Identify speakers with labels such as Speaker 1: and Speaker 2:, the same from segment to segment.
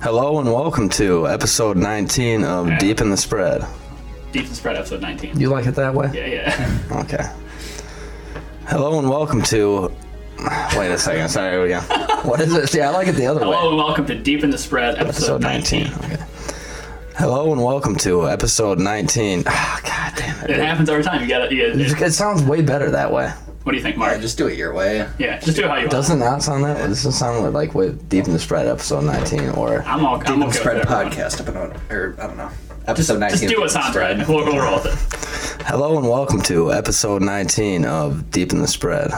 Speaker 1: Hello and welcome to episode 19 of
Speaker 2: Yeah.
Speaker 1: Deep in the Spread.
Speaker 2: Deep and Spread episode 19.
Speaker 1: You like it that way?
Speaker 2: Yeah, yeah.
Speaker 1: Okay. Hello and welcome to. Wait a second. Sorry. Here we go. What is it? See, I like it the other way.
Speaker 2: Hello and welcome to Deep in the Spread
Speaker 1: Episode
Speaker 2: episode
Speaker 1: 19.
Speaker 2: 19.
Speaker 1: Okay. Hello and welcome to episode 19. Ah, God damn
Speaker 2: It
Speaker 1: it.
Speaker 2: happens every time. You gotta. Yeah, it-
Speaker 1: It sounds way better that way.
Speaker 2: what do you think, Mark?
Speaker 3: Just do it your way.
Speaker 2: Yeah, just do it how you want.
Speaker 1: Doesn't that sound that? Doesn't it sound like way Deep in the Spread episode 19 or
Speaker 2: I'm all. I'm
Speaker 3: Deep
Speaker 2: okay
Speaker 3: and spread
Speaker 2: with that one.
Speaker 3: podcast up and on, or I don't know. Episode 19.
Speaker 2: Just do
Speaker 3: of
Speaker 2: what's
Speaker 3: Deep
Speaker 2: on
Speaker 3: and Spread.
Speaker 2: Brad. We'll, we'll roll with it.
Speaker 1: Hello and welcome to episode 19 of Deep in the Spread.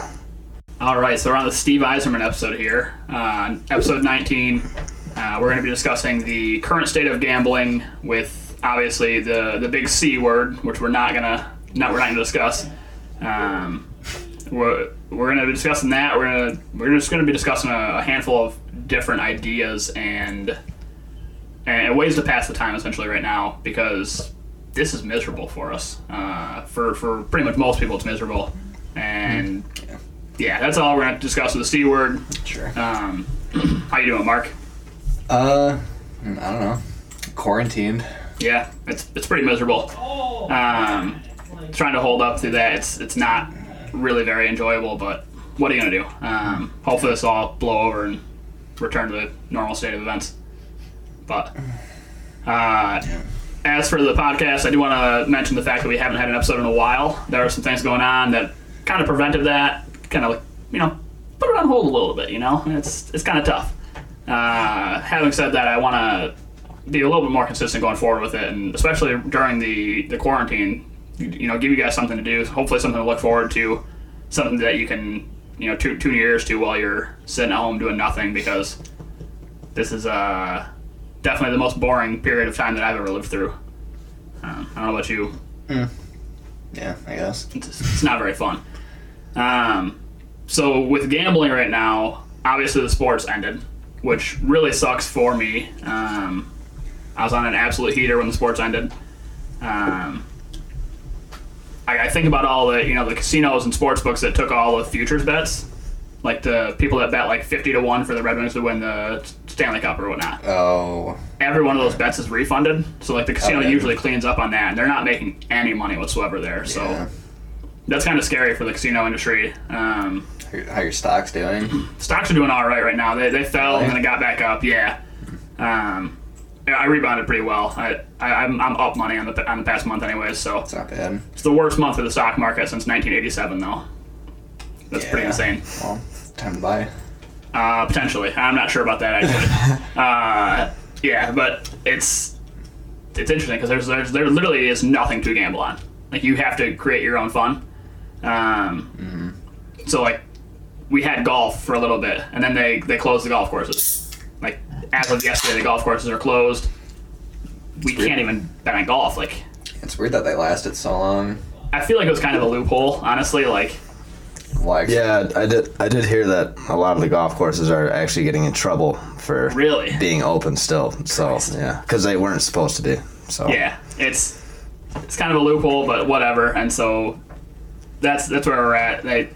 Speaker 2: All right, so we're on the Steve Eiserman episode here. Uh, episode 19, uh, we're going to be discussing the current state of gambling with obviously the the big C word, which we're not gonna not we're not gonna discuss. Um, we're we're gonna be discussing that. We're gonna we're just gonna be discussing a, a handful of different ideas and and ways to pass the time essentially right now because this is miserable for us. Uh, for for pretty much most people, it's miserable and. Yeah, that's all we're going to discuss with the C word.
Speaker 3: Sure.
Speaker 2: Um, how you doing, Mark?
Speaker 3: Uh, I don't know. Quarantined.
Speaker 2: Yeah, it's, it's pretty miserable. Um, trying to hold up through that, it's it's not really very enjoyable. But what are you going to do? Um, hopefully, this will all blow over and return to the normal state of events. But uh, as for the podcast, I do want to mention the fact that we haven't had an episode in a while. There are some things going on that kind of prevented that. Kind of like you know, put it on hold a little bit. You know, it's it's kind of tough. Uh, having said that, I want to be a little bit more consistent going forward with it, and especially during the the quarantine, you, you know, give you guys something to do. Hopefully, something to look forward to, something that you can you know tune, tune your ears to while you're sitting at home doing nothing because this is uh definitely the most boring period of time that I've ever lived through. Um, I don't know about you.
Speaker 3: Yeah, I guess.
Speaker 2: It's, it's not very fun. Um, so with gambling right now, obviously the sports ended, which really sucks for me. Um, I was on an absolute heater when the sports ended. Um, I, I think about all the you know the casinos and sports books that took all the futures bets, like the people that bet like fifty to one for the Red Wings to win the Stanley Cup or whatnot
Speaker 3: Oh,
Speaker 2: every one of those bets is refunded. So like the casino
Speaker 3: Okay.
Speaker 2: usually cleans up on that, and they're not making any money whatsoever there. So
Speaker 3: yeah.
Speaker 2: that's kind of scary for the casino industry. Um,
Speaker 3: How your, how your stock's doing?
Speaker 2: stocks are doing all right right now. They, they fell and
Speaker 3: Really?
Speaker 2: then it got back up. Yeah. Um, yeah, I rebounded pretty well. I, I I'm, I'm up money on the on the past month anyways. So
Speaker 3: It's not bad.
Speaker 2: it's the worst month for the stock market since 1987 though. That's pretty
Speaker 3: Yeah.
Speaker 2: insane.
Speaker 3: Well, time to buy.
Speaker 2: Uh, potentially. I'm not sure about that actually. uh, yeah, but it's it's interesting because there's, there's there literally is nothing to gamble on. Like you have to create your own fun. Um, So like we had golf for a little bit, and then they they closed the golf courses. Like as of yesterday, the golf courses are closed. We can't even bet on golf. Like
Speaker 3: It's weird that they lasted so long.
Speaker 2: I feel like it was kind of a loophole, honestly. Like
Speaker 3: Like,
Speaker 1: Yeah, I did. I did hear that a lot of the golf courses are actually getting in trouble for
Speaker 2: really.
Speaker 1: being open still. So yeah, because they weren't supposed to be. So
Speaker 2: yeah, it's it's kind of a loophole, but whatever. And so that's that's where we're at. They,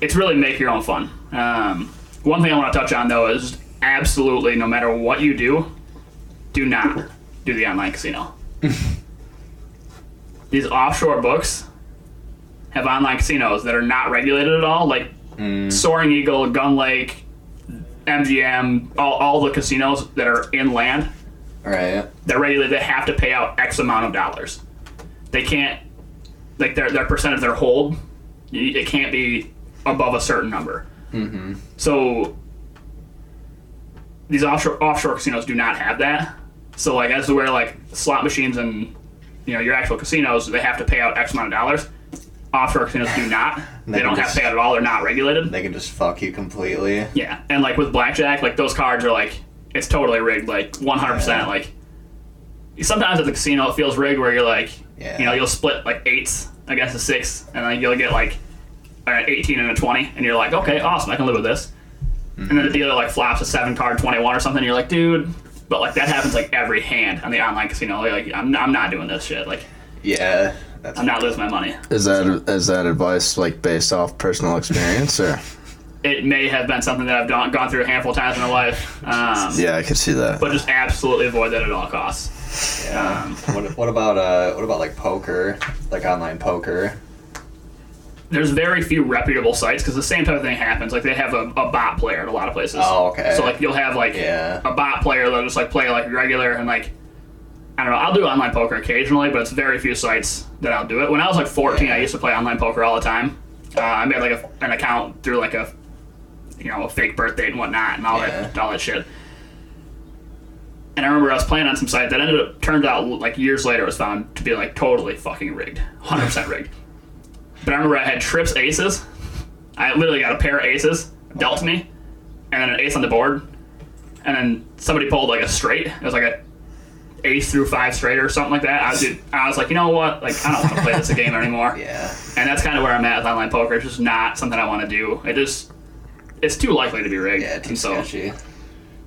Speaker 2: it's really make your own fun. Um, one thing I want to touch on though is absolutely no matter what you do, do not do the online casino. These offshore books have online casinos that are not regulated at all, like Soaring Eagle, Gun Lake, MGM, all, all the casinos that are inland
Speaker 3: right.
Speaker 2: they're regulated they have to pay out x amount of dollars they can't like their, their percent of their hold y- it can't be above a certain number mm-hmm. so these offshore offshore casinos do not have that so like as to where like slot machines and you know your actual casinos they have to pay out x amount of dollars offshore casinos do not they
Speaker 3: They
Speaker 2: don't have
Speaker 3: just-
Speaker 2: to pay out at all they're not regulated
Speaker 3: They can just fuck you completely.
Speaker 2: yeah, and like with blackjack, like those cards are like it's totally rigged, like one hundred percent. Like sometimes at the casino, it feels rigged where you're like,
Speaker 3: Yeah.
Speaker 2: you know, you'll split like eights against a six, and then you'll get like an eighteen and a twenty, and you're like, okay, awesome, I can live with this. And then the dealer like flops a seven card twenty one or something, and you're like, dude. But like that happens like every hand on the online casino. Like I'm, I'm not doing this shit. Like
Speaker 3: Yeah. That's
Speaker 2: I'm not losing my money.
Speaker 1: is that is that advice like based off personal experience or?
Speaker 2: it may have been something that I've done, gone through a handful of times in my life. Um,
Speaker 1: Yeah, I could see that.
Speaker 2: But just absolutely avoid that at all costs.
Speaker 3: Yeah. what, what about uh what about like poker? Like online poker?
Speaker 2: There's very few reputable sites because the same type of thing happens. Like they have a, a bot player at a lot of places.
Speaker 3: Oh, okay.
Speaker 2: So like you'll have like
Speaker 3: Yeah.
Speaker 2: a bot player that'll just like play like regular and like I don't know. I'll do online poker occasionally, but it's very few sites that I'll do it. When I was like 14, I used to play online poker all the time. Uh, I made like a, an account through like a you know a fake birthday and whatnot and all that
Speaker 3: Yeah.
Speaker 2: all that shit. And I remember I was playing on some site that ended up turned out like years later was found to be like totally fucking rigged, 100 percent rigged. But I remember I had trips aces. I literally got a pair of aces dealt to me, and then an ace on the board, and then somebody pulled like a straight. It was like a ace through five straight or something like that. I was, dude, I was like, you know what? Like I don't want to play this game anymore.
Speaker 3: Yeah.
Speaker 2: And that's kind of where I'm at with online poker. It's just not something I want to do. It just it's too likely to be rigged.
Speaker 3: Yeah, too
Speaker 2: And so,
Speaker 3: sketchy.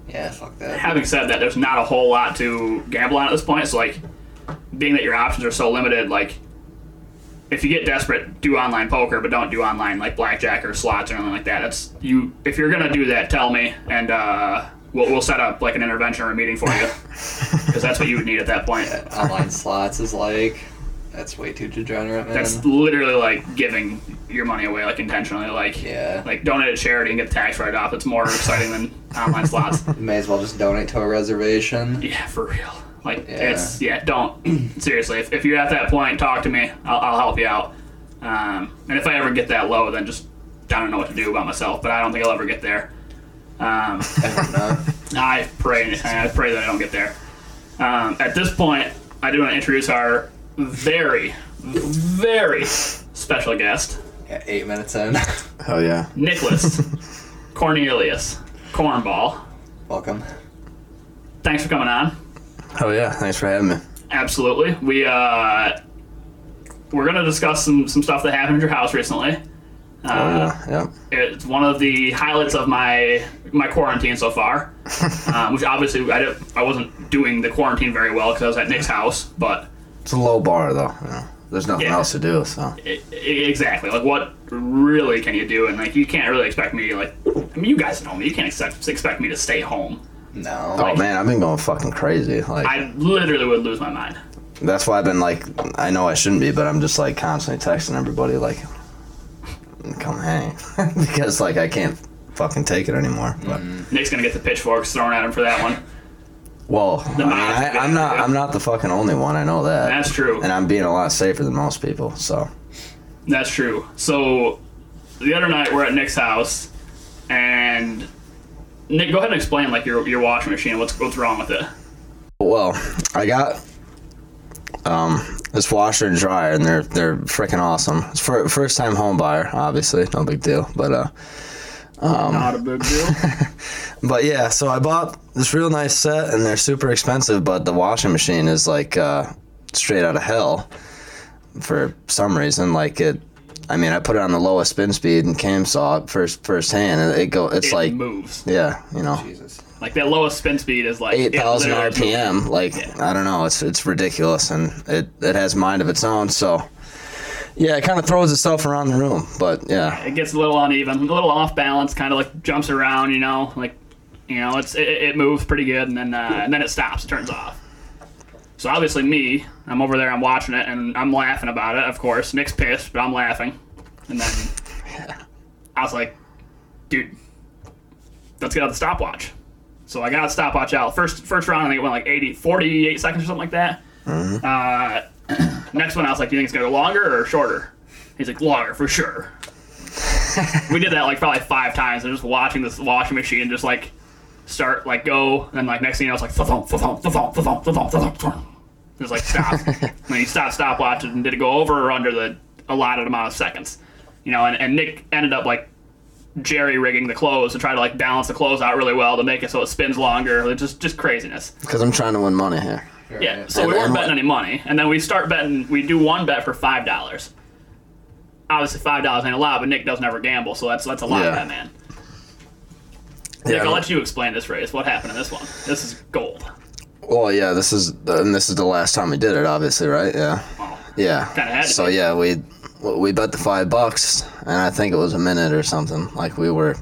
Speaker 3: Yeah, fuck that.
Speaker 2: having said that, there's not a whole lot to gamble on at this point. So like, being that your options are so limited, like, if you get desperate, do online poker, but don't do online like blackjack or slots or anything like that. That's you. If you're gonna do that, tell me, and uh, we'll we'll set up like an intervention or a meeting for you, because that's what you would need at that point.
Speaker 3: Online slots is like that's way too degenerate, man.
Speaker 2: That's literally like giving your money away, like intentionally, like
Speaker 3: yeah.
Speaker 2: like donate to charity and get the tax write off. It's more exciting than online slots.
Speaker 3: May as well just donate to a reservation.
Speaker 2: Yeah, for real. Like
Speaker 3: Yeah.
Speaker 2: it's yeah. Don't seriously. If, if you're at that point, talk to me. I'll, I'll help you out. Um, and if I ever get that low, then just I don't know what to do about myself. But I don't think I'll ever get there. Um,
Speaker 3: I don't know.
Speaker 2: I pray. I pray that I don't get there. Um, at this point, I do want to introduce our very, very special guest,
Speaker 3: Yeah, eight minutes in.
Speaker 1: Hell yeah.
Speaker 2: Nicholas Cornelius Cornball.
Speaker 3: Welcome.
Speaker 2: Thanks for coming on.
Speaker 1: Hell yeah. Thanks for having me.
Speaker 2: Absolutely. We uh, we're gonna discuss some some stuff that happened at your house recently.
Speaker 1: Oh,
Speaker 2: Uh,
Speaker 1: yeah. Yep.
Speaker 2: It's one of the highlights of my my quarantine so far, um, which obviously I did, I wasn't doing the quarantine very well because I was at Nick's house. But
Speaker 1: It's a low bar though. You know. There's nothing
Speaker 2: Yeah.
Speaker 1: else to do. So
Speaker 2: i i e, exactly, like what really can you do? And like you can't really expect me like I mean you guys know me. You can't expect expect me to stay home.
Speaker 3: No.
Speaker 1: oh man, I've been going fucking crazy. Like
Speaker 2: I literally would lose my mind.
Speaker 1: that's why I've been like, I know I shouldn't be, but I'm just like constantly texting everybody like, come hang, because like I can't fucking take it anymore. But
Speaker 2: Nick's gonna get the pitchforks thrown at him for that one.
Speaker 1: well, I mean,
Speaker 2: mob-
Speaker 1: I, I'm not, I'm not the fucking only one. I know that.
Speaker 2: That's true.
Speaker 1: And I'm being a lot safer than most people. So
Speaker 2: That's true. So the other night we're at Nick's house, and Nick, go ahead and explain like your your washing machine. What's what's wrong with it?
Speaker 1: Well, I got um, this washer and dryer, and they're they're freaking awesome. It's for first time home buyer, obviously, no big deal. But uh, um,
Speaker 2: Not a big deal.
Speaker 1: but yeah, so I bought this real nice set, and they're super expensive. But the washing machine is like uh, straight out of hell for some reason. Like it, I mean, I put it on the lowest spin speed, and Cam saw it first firsthand, and it go, it's
Speaker 2: it
Speaker 1: like.
Speaker 2: moves.
Speaker 1: Yeah, you know,
Speaker 3: Jesus.
Speaker 2: Like that lowest spin speed is like
Speaker 1: eight thousand
Speaker 2: it literally moves.
Speaker 1: RPM. Like I don't know, it's it's ridiculous, and it it has mind of its own. So yeah, it kind of throws itself around the room, but yeah,
Speaker 2: It gets a little uneven, a little off balance, kind of like jumps around. You know, like you know, it's it, it moves pretty good, and then uh, and then it stops, turns off. So obviously, me, I'm over there, I'm watching it, and I'm laughing about it. Of course, Nick's pissed, but I'm laughing, and then I was like, dude, let's get out the stopwatch. So I got the stopwatch out. First first round, I think it went like 80, 48 seconds or something like that. Uh, next one, I was like, do you think it's gonna go longer or shorter? He's like, longer for sure. we did that like probably five times. I'm just watching this washing machine just like start, like go, and then like next thing you know, it's like fa-thump, fa-thump, fa-thump, fa-thump, fa-thump, fa-thump, fa-thump. just like stop. and then you stop stopwatch and did it go over or under the allotted amount of seconds? You know, and, and Nick ended up like jerry rigging the clothes to try to like balance the clothes out really well to make it so it spins longer. It's just just craziness.
Speaker 1: because I'm trying to win money here.
Speaker 2: Yeah, so
Speaker 1: And
Speaker 2: we weren't
Speaker 1: then
Speaker 2: betting
Speaker 1: what?
Speaker 2: any money, and then we start betting. We do one bet for five dollars. Obviously, five dollars ain't a lot, but Nick does never gamble, so that's that's a lot
Speaker 1: Yeah.
Speaker 2: of that man.
Speaker 1: Yeah,
Speaker 2: Nick,
Speaker 1: I
Speaker 2: I'll
Speaker 1: don't-
Speaker 2: let you explain this race. What happened in this one? This is gold.
Speaker 1: well, yeah, this is and this is the last time we did it, obviously, right? Yeah,
Speaker 2: Wow.
Speaker 1: yeah.
Speaker 2: Kinda had to
Speaker 1: so
Speaker 2: be.
Speaker 1: yeah, we well, we bet the five bucks, and I think it was a minute or something. Like we were,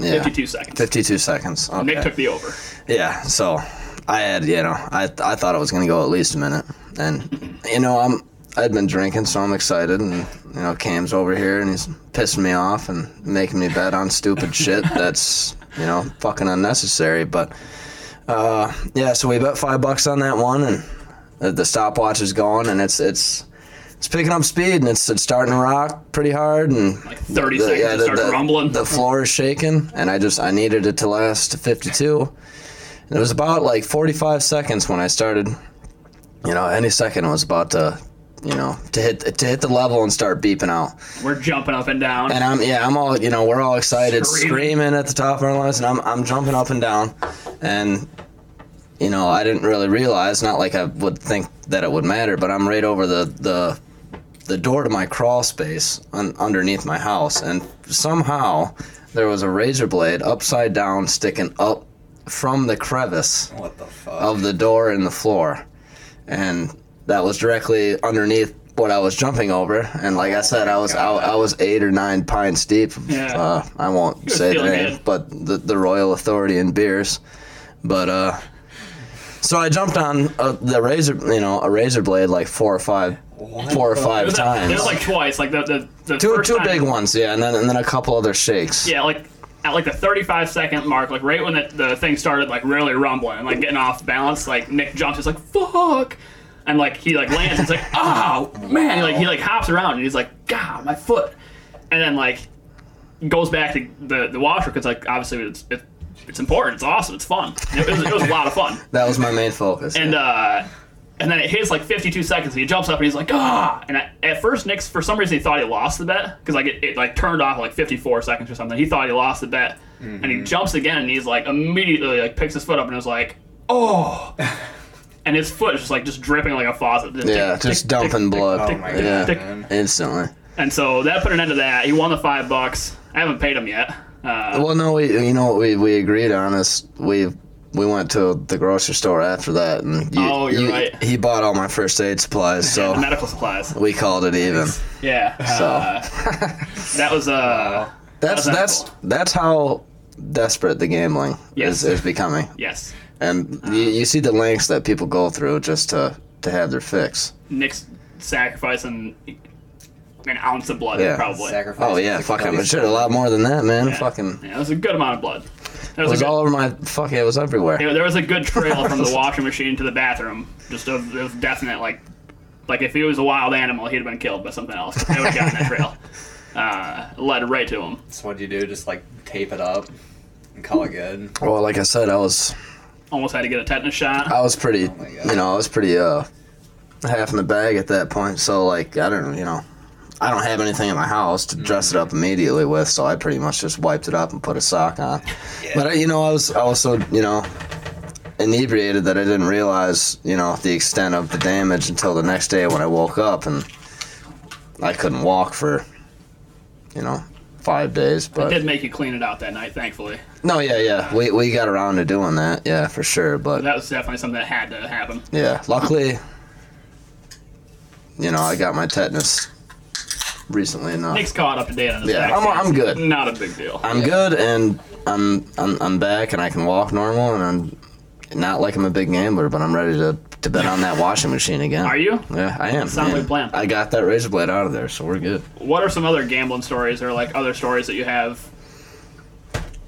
Speaker 1: yeah,
Speaker 2: 52 seconds.
Speaker 1: 52 seconds. Okay.
Speaker 2: Nick took the over.
Speaker 1: Yeah, so I had, you know, I I thought it was gonna go at least a minute, and you know, I'm I'd been drinking, so I'm excited, and you know, Cam's over here and he's pissing me off and making me bet on stupid shit that's you know fucking unnecessary. But uh, yeah, so we bet five bucks on that one, and the, the stopwatch is going, and it's it's. It's picking up speed and it's, it's starting to rock pretty hard and
Speaker 2: Like 30
Speaker 1: the-
Speaker 2: seconds, it starts rumbling.
Speaker 1: The floor is shaking, and I just I needed it to last to 52. And it was about like 45 seconds when I started. You know, any second I was about to, you know, to hit to hit the level and start beeping out.
Speaker 2: We're jumping up and down.
Speaker 1: And I'm yeah, I'm all you know, we're all excited,
Speaker 2: Screaming.
Speaker 1: screaming, at the top of our lungs, and I'm I'm jumping up and down, and you know, I didn't really realize, not like I would think that it would matter, but I'm right over the the the door to my crawl space un- underneath my house, and somehow there was a razor blade upside down sticking up from the crevice
Speaker 3: What the fuck?
Speaker 1: of the door in the floor, and that was directly underneath what I was jumping over. And like I said, I was I, I was eight or nine pints deep.
Speaker 2: Yeah.
Speaker 1: Uh, I won't
Speaker 2: was
Speaker 1: say the
Speaker 2: feeling
Speaker 1: name,
Speaker 2: good.
Speaker 1: but the, the Royal Authority in beers. But uh, so I jumped on uh the razor, you know, a razor blade like four or five,
Speaker 3: What
Speaker 1: four or
Speaker 3: the-
Speaker 2: It
Speaker 1: five
Speaker 2: was, like,
Speaker 1: times.
Speaker 2: it was like twice. Like the, the, the
Speaker 1: two
Speaker 2: first
Speaker 1: two
Speaker 2: time-
Speaker 1: big ones, yeah, and then and then a couple other shakes.
Speaker 2: Yeah, like at like the 35 second mark, like right when the, the thing started, like really rumbling and like getting off balance, like Nick jumps, he's like, fuck. And like he like lands, it's like, oh man, like he like hops around and he's like, God, my foot. And then like goes back to the, the washer because like obviously it's, it, it's important, it's awesome, it's fun. It was, it was a lot of fun.
Speaker 1: That was my main focus.
Speaker 2: And uh, and then it hits like 52 seconds, and he jumps up and he's like, ah! And at, at first, Nick's for some reason he thought he lost the bet because like it, it like turned off at, like 54 seconds or something. He thought he lost the bet, and
Speaker 3: Mm-hmm.
Speaker 2: he jumps again, and he's like immediately like picks his foot up and was like, oh. And his foot is just like just dripping like a faucet. Just
Speaker 1: yeah,
Speaker 2: tick,
Speaker 1: just
Speaker 2: tick,
Speaker 1: dumping blood.
Speaker 3: Oh my god,
Speaker 1: yeah,
Speaker 3: man.
Speaker 1: instantly.
Speaker 2: tick. And so that put an end to that. He won the five bucks. I haven't paid him yet. Uh,
Speaker 1: Well, no, we you know what we, we agreed on is we we went to the grocery store after that, and you,
Speaker 2: Oh, you're
Speaker 1: you-
Speaker 2: right.
Speaker 1: He bought all my first aid supplies, so
Speaker 2: the medical supplies.
Speaker 1: we called it even.
Speaker 2: Yeah. Uh, that was uh.
Speaker 1: That's
Speaker 2: How's that
Speaker 1: that's
Speaker 2: cool?
Speaker 1: that's how desperate the gambling
Speaker 2: Yes.
Speaker 1: is, is becoming,
Speaker 2: Yes.
Speaker 1: and you, you see the lengths that people go through just to to have their fix.
Speaker 2: Nick's sacrificing an ounce of blood,
Speaker 1: Yeah.
Speaker 2: probably.
Speaker 3: Sacrifice
Speaker 1: Oh yeah,
Speaker 3: to
Speaker 1: fucking
Speaker 3: Cody
Speaker 1: but shit, a lot more than that, man.
Speaker 2: Yeah.
Speaker 1: Fucking
Speaker 2: Yeah, it was a good amount of blood. There
Speaker 1: it
Speaker 2: was,
Speaker 1: was
Speaker 2: a good,
Speaker 1: all over my fucking. It was everywhere.
Speaker 2: there there was a good trail from the washing machine to the bathroom, just of, of definite like, like if he was a wild animal, he'd have been killed by something else. They would have gotten that trail. Uh, led right to him.
Speaker 3: So what'd you do? Just like tape it up and call it good.
Speaker 1: Well, like I said, I was
Speaker 2: Almost had to get a tetanus shot.
Speaker 1: I was pretty,
Speaker 3: my God.
Speaker 1: you know, I was pretty uh half in the bag at that point. So like, I don't, you know, I don't have anything in my house to dress it up immediately with. So I pretty much just wiped it up and put a sock on. But I, you know, I was I was so you know inebriated that I didn't realize you know the extent of the damage until the next day when I woke up and I couldn't walk for you know five days.
Speaker 2: It
Speaker 1: Uh, But
Speaker 2: did make you clean it out that night, thankfully.
Speaker 1: no, yeah, yeah, we we got around to doing that, yeah, for sure. But
Speaker 2: That was definitely something that had to happen.
Speaker 1: Yeah, luckily, you know, I got my tetanus recently enough.
Speaker 2: Nick's caught up to date on his
Speaker 1: Yeah, I'm-
Speaker 2: vaccines.
Speaker 1: I'm good.
Speaker 2: Not a big deal.
Speaker 1: I'm good, and I'm, I'm I'm back, and I can walk normal, and I'm not like I'm a big gambler, but I'm ready to, to bet on that washing machine again.
Speaker 2: Are you?
Speaker 1: Yeah, I am.
Speaker 2: Sounds
Speaker 1: man.
Speaker 2: like plan.
Speaker 1: I got that razor blade out of there, so we're good.
Speaker 2: what are some other gambling stories or like other stories that you have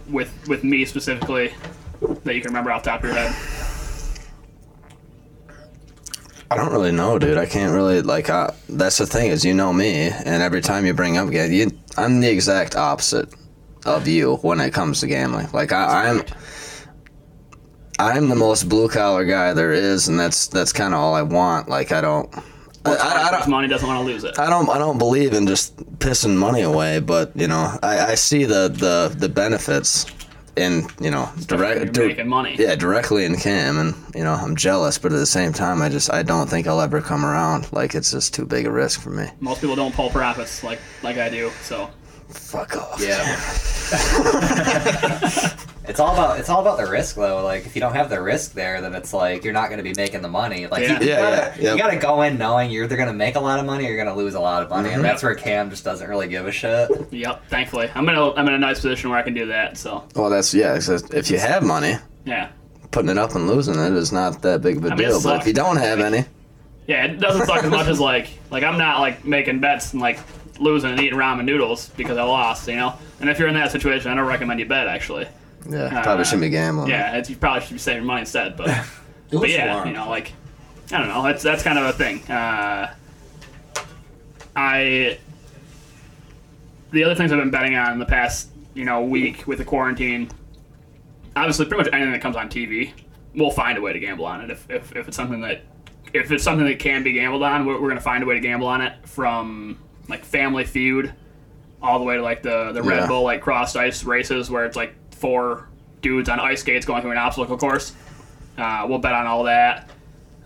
Speaker 2: with with me specifically that you can remember off the top of your head?
Speaker 1: I don't really know, dude. I can't really like. I, that's the thing is, you know me, and every time you bring up gambling, you, I'm the exact opposite of you when it comes to gambling. Like I, I'm, I'm the most blue collar guy there is, and that's that's kind of all I want. Like I don't, I, I, I don't,
Speaker 2: His money doesn't want to lose it.
Speaker 1: I don't I don't believe in just pissing money away, but you know I, I see the, the the benefits in you know
Speaker 2: when
Speaker 1: direct
Speaker 2: you're
Speaker 1: dir-
Speaker 2: making money.
Speaker 1: Yeah, directly in Cam, and you know I'm jealous, but at the same time I just I don't think I'll ever come around. Like it's just too big a risk for me.
Speaker 2: Most people don't pull profits like like I do, so
Speaker 1: Fuck off.
Speaker 3: Yeah. It's all about it's all about the risk though. Like if you don't have the risk there, then it's like you're not going to be making the money. Like
Speaker 2: Yeah.
Speaker 3: you,
Speaker 1: Yeah,
Speaker 3: gotta,
Speaker 1: yeah, yep.
Speaker 3: you gotta go in knowing you're either going to make a lot of money or you're going to lose a lot of money, and that's where Cam just doesn't really give a shit.
Speaker 2: Yep. Thankfully, I'm in a I'm in a nice position where I can do that. So
Speaker 1: Well, that's yeah. 'cause if you have money,
Speaker 2: yeah,
Speaker 1: putting it up and losing it is not that big of a
Speaker 2: mean, it
Speaker 1: deal. But
Speaker 2: sucks.
Speaker 1: if you don't have any,
Speaker 2: yeah. It doesn't suck as much as like like I'm not like making bets and like losing and eating ramen noodles because I lost. You know. And if you're in that situation, I don't recommend you bet actually.
Speaker 1: yeah,
Speaker 2: Uh,
Speaker 1: probably shouldn't be gambling.
Speaker 2: Yeah, it's, you probably should be saving money instead. But but yeah, you know, like I don't know. That's that's kind of a thing. Uh, I the other things I've been betting on in the past you know week with the quarantine. Obviously, pretty much anything that comes on TV, we'll find a way to gamble on it. If if, if it's something that if it's something that can be gambled on, we're, we're gonna find a way to gamble on it from like Family Feud all the way to like the the Red
Speaker 1: Yeah.
Speaker 2: Bull like crossed ice races where it's like four dudes on ice skates going through an obstacle course. Uh, we'll bet on all that.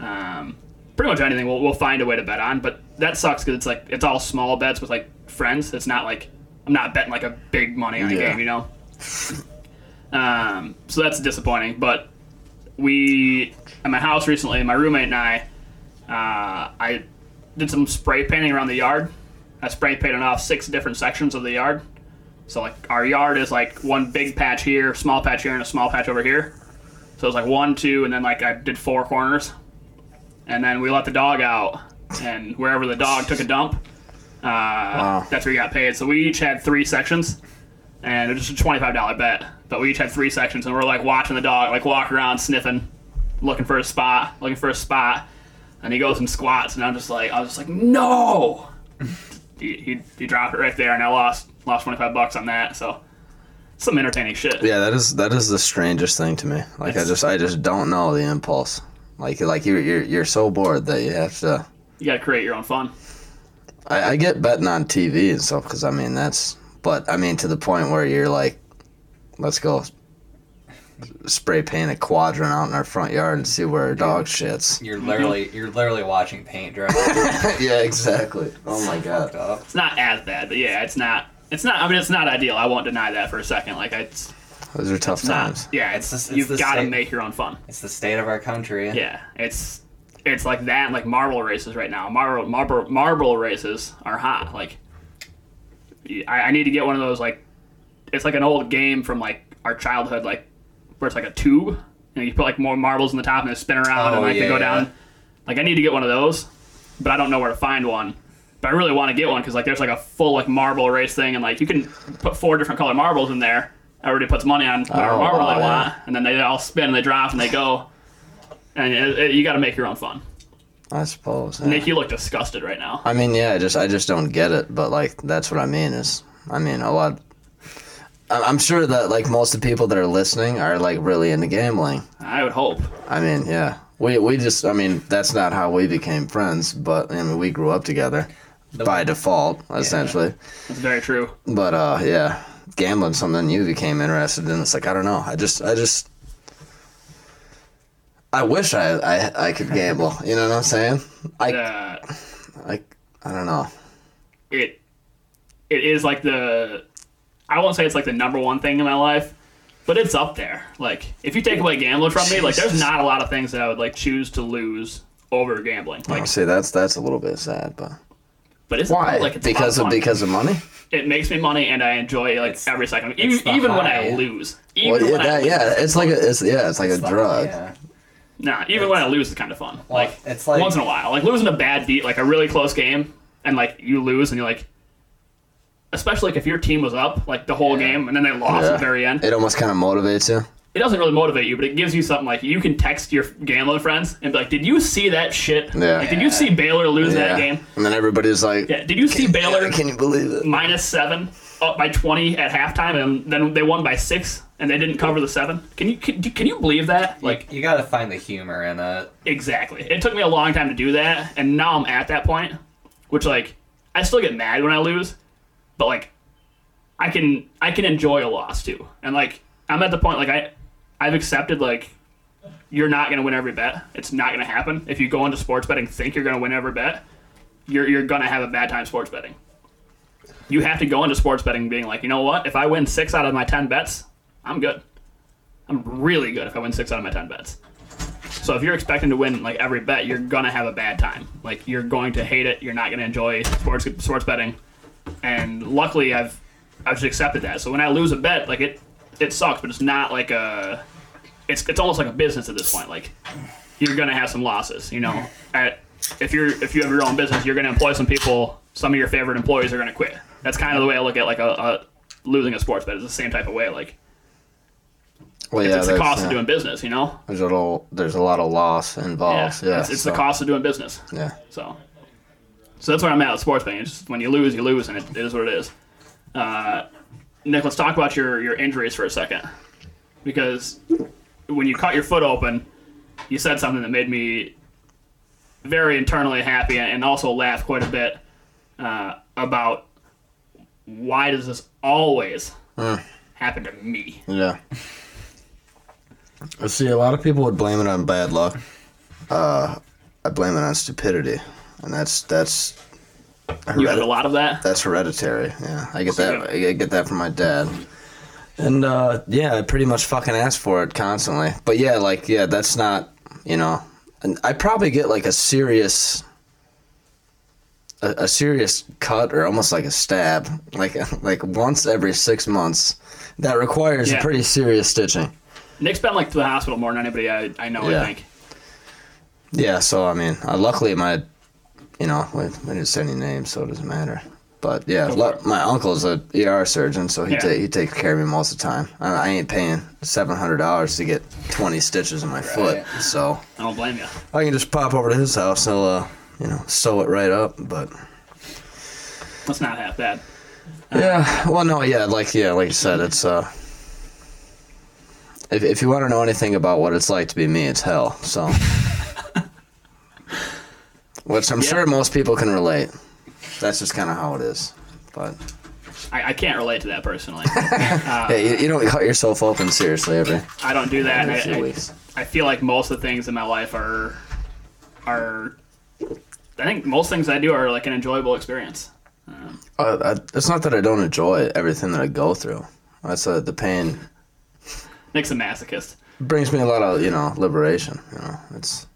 Speaker 2: Um, pretty much anything we'll, we'll find a way to bet on, but that sucks because it's like it's all small bets with like friends. It's not like I'm not betting like a big money on a
Speaker 1: Yeah.
Speaker 2: game, you know. Um, so that's disappointing. But we at my house recently, my roommate and I, uh, I did some spray painting around the yard. I spray painted off six different sections of the yard. So like our yard is like one big patch here, small patch here, and a small patch over here. So it's like one, two, and then like I did four corners, and then we let the dog out, and wherever the dog took a dump, uh, that's where he got paid. So we each had three sections, and it was just a twenty-five dollar bet. But we each had three sections, and we're like watching the dog like walk around sniffing, looking for a spot, looking for a spot, and he goes and squats, and I'm just like, I was just like, no. he, he, he dropped it right there, and I lost lost twenty-five bucks on that. So some entertaining shit.
Speaker 1: Yeah, that is that is the strangest thing to me. Like I
Speaker 2: It's-
Speaker 1: just I just don't know the impulse. Like like you're you're, you're so bored that you have to.
Speaker 2: You gotta create your own fun.
Speaker 1: I, I get betting on TV and stuff because I mean that's. But I mean to the point where you're like, let's go spray paint a quadrant out in our front yard and see where our dog shits.
Speaker 3: You're literally you're literally watching paint dry.
Speaker 1: yeah, exactly. Oh my
Speaker 3: Fucked
Speaker 1: god.
Speaker 3: up.
Speaker 2: it's not as bad, but yeah, it's not. It's not. I mean, it's not ideal. I won't deny that for a second. Like it's
Speaker 1: Those are tough
Speaker 2: not.
Speaker 1: times.
Speaker 2: Yeah, it's,
Speaker 3: It's just- it's
Speaker 2: you've
Speaker 3: the
Speaker 2: got to
Speaker 3: same-
Speaker 2: make your own fun.
Speaker 3: It's the state of our country.
Speaker 2: Yeah, it's it's like that. and, Like marble races right now. Marble marble marble races are hot. Like I, I need to get one of those. Like it's like an old game from like our childhood. Like where it's like a tube and you put like more marbles in the top and they spin around and
Speaker 3: Oh,
Speaker 2: like they
Speaker 3: yeah,
Speaker 2: go
Speaker 3: yeah.
Speaker 2: down. Like I need to get one of those, but I don't know where to find one. But I really want to get one because like there's like a full like marble race thing and like you can put four different color marbles in there. Everybody puts money on whatever
Speaker 1: Oh,
Speaker 2: marble they
Speaker 1: wow,
Speaker 2: want,
Speaker 1: yeah.
Speaker 2: and then they all spin and they drop and they go. And it, it- you got to make your own fun.
Speaker 1: I suppose. yeah.
Speaker 2: Nick, you look disgusted right now.
Speaker 1: I mean, yeah, I just I just don't get it. But like, that's what I mean is, I mean, a lot. I- I'm sure that like most of the people that are listening are like really into gambling.
Speaker 2: I would hope.
Speaker 1: I mean, yeah, we we just I mean that's not how we became friends, but I mean we grew up together by default essentially.
Speaker 2: That's very true.
Speaker 1: But uh, yeah, gambling something you became interested in. It's like I don't know. I just I just. I wish I, I I could gamble. You know what I'm saying? I
Speaker 2: Uh,
Speaker 1: I, I don't know.
Speaker 2: it it is like the I won't say it's like the number one thing in my life, but it's up there. Like if you take away gambling from me, like there's
Speaker 1: Jesus.
Speaker 2: not a lot of things that I would like choose to lose over gambling. Like,
Speaker 1: Like, see, that's that's a little bit sad, but
Speaker 2: but it's
Speaker 1: why?
Speaker 2: like it's a lot
Speaker 1: because of
Speaker 2: fun.
Speaker 1: because of money?
Speaker 2: it makes me money and I enjoy like
Speaker 3: It's-
Speaker 2: every second,
Speaker 3: it's
Speaker 2: even,
Speaker 3: the
Speaker 2: even when I
Speaker 3: high.
Speaker 2: lose. Even
Speaker 1: Well, yeah,
Speaker 2: when I
Speaker 1: that,
Speaker 2: lose.
Speaker 1: yeah, it's like a it's yeah, it's like a
Speaker 3: It's like-
Speaker 1: drug.
Speaker 3: yeah.
Speaker 2: Nah, even when I lose, it's kind of fun.
Speaker 3: Well,
Speaker 2: like
Speaker 3: it's like-
Speaker 2: once in a while, like losing a bad beat, like a really close game, and like you lose, and you're like, especially like if your team was up like the whole
Speaker 3: Yeah.
Speaker 2: game, and then they lost at
Speaker 1: Yeah.
Speaker 2: the very end. It,
Speaker 1: It almost kind of motivates you.
Speaker 2: doesn't really motivate you, but it gives you something. Like you can text your gambling friends and be like, "Did you see that shit?
Speaker 1: Yeah.
Speaker 2: Like, did you see Baylor lose
Speaker 1: Yeah.
Speaker 2: that game?
Speaker 1: And then everybody's like,
Speaker 2: Yeah. Did you see Baylor
Speaker 1: "Yeah, can you believe it?
Speaker 2: minus seven, up by twenty at halftime, and then they won by six, and they didn't cover the seven? Can you can, can you believe that? Like
Speaker 3: you got to find the humor in it.
Speaker 2: Exactly. It took me a long time to do that, and now I'm at that point, which like I still get mad when I lose, but like I can I can enjoy a loss too, and like I'm at the point like I I've accepted like you're not gonna win every bet. It's not gonna happen. If you go into sports betting, think you're gonna win every bet, you're you're gonna have a bad time sports betting. You have to go into sports betting being like, you know what? If I win six out of my ten bets, I'm good. I'm really good if I win six out of my ten bets. So if you're expecting to win like every bet, you're gonna have a bad time. Like you're going to hate it. You're not gonna enjoy sports sports betting. And luckily, I've I've just accepted that. So when I lose a bet, like it it sucks, but it's not like a it's it's almost like a business at this point. Like you're gonna have some losses. You know, at if you're if you have your own business, you're gonna employ some people. Some of your favorite employees are gonna quit. That's kind of the way I look at like a, a losing a sports bet. It's the same type of way. Like
Speaker 1: Well,
Speaker 2: it's the
Speaker 1: that's-
Speaker 2: cost of
Speaker 1: yeah.
Speaker 2: doing business. You know,
Speaker 1: There's a little, there's a lot of loss involved. Yeah,
Speaker 2: it's, it's
Speaker 1: so-
Speaker 2: the cost of doing business.
Speaker 1: Yeah,
Speaker 2: So, so that's where I'm at with sports betting. It's just when you lose, you lose, and it, it is what it is. Uh, Nick, let's talk about your, your injuries for a second, because when you cut your foot open, you said something that made me very internally happy and, and also laugh quite a bit uh, about why does this always happen to me?
Speaker 1: yeah. Let's see, a lot of people would blame it on bad luck. Uh, I blame it on stupidity, and that's that's
Speaker 2: You had
Speaker 1: heredi-
Speaker 2: a lot of that.
Speaker 1: that's hereditary. Yeah, I get that. I get that from my dad. And uh, yeah, I pretty much fucking ask for it constantly. But yeah, like yeah, that's not you know. And I probably get like a serious, a, a serious cut or almost like a stab, like like once every six months. That requires
Speaker 2: Yeah.
Speaker 1: pretty serious stitching.
Speaker 2: Nick's been like to the hospital more than anybody I, I know.
Speaker 1: Yeah.
Speaker 2: I think.
Speaker 1: Yeah, so I mean, uh, luckily my, you know, we, we didn't say any names, so it doesn't matter. But yeah,
Speaker 2: Don't
Speaker 1: lu- my uncle's a ER surgeon, so he
Speaker 2: Yeah.
Speaker 1: ta- he takes care of me most of the time. I, I ain't paying seven hundred dollars to get twenty stitches in my foot, so
Speaker 2: I don't blame you.
Speaker 1: I can just pop over to his house and he'll, uh, you know, sew it right up. But
Speaker 2: Let's not have that.
Speaker 1: yeah, well, no, yeah, like yeah, like you said, it's uh, if if you want to know anything about what it's like to be me, it's hell. So, which I'm
Speaker 2: Yeah.
Speaker 1: sure most people can relate. That's just kind of how it is. But
Speaker 2: I, I can't relate to that personally. Uh,
Speaker 1: hey, you, you don't cut yourself open seriously every
Speaker 2: I don't do that. and
Speaker 1: few
Speaker 2: I,
Speaker 1: weeks.
Speaker 2: I, I feel like most of the things in my life are are. I think most things I do are like an enjoyable experience.
Speaker 1: Uh, I, it's not that I don't enjoy everything that I go through. That's uh, the pain
Speaker 2: Nick's a masochist.
Speaker 1: brings me a lot of you know liberation. You know, it's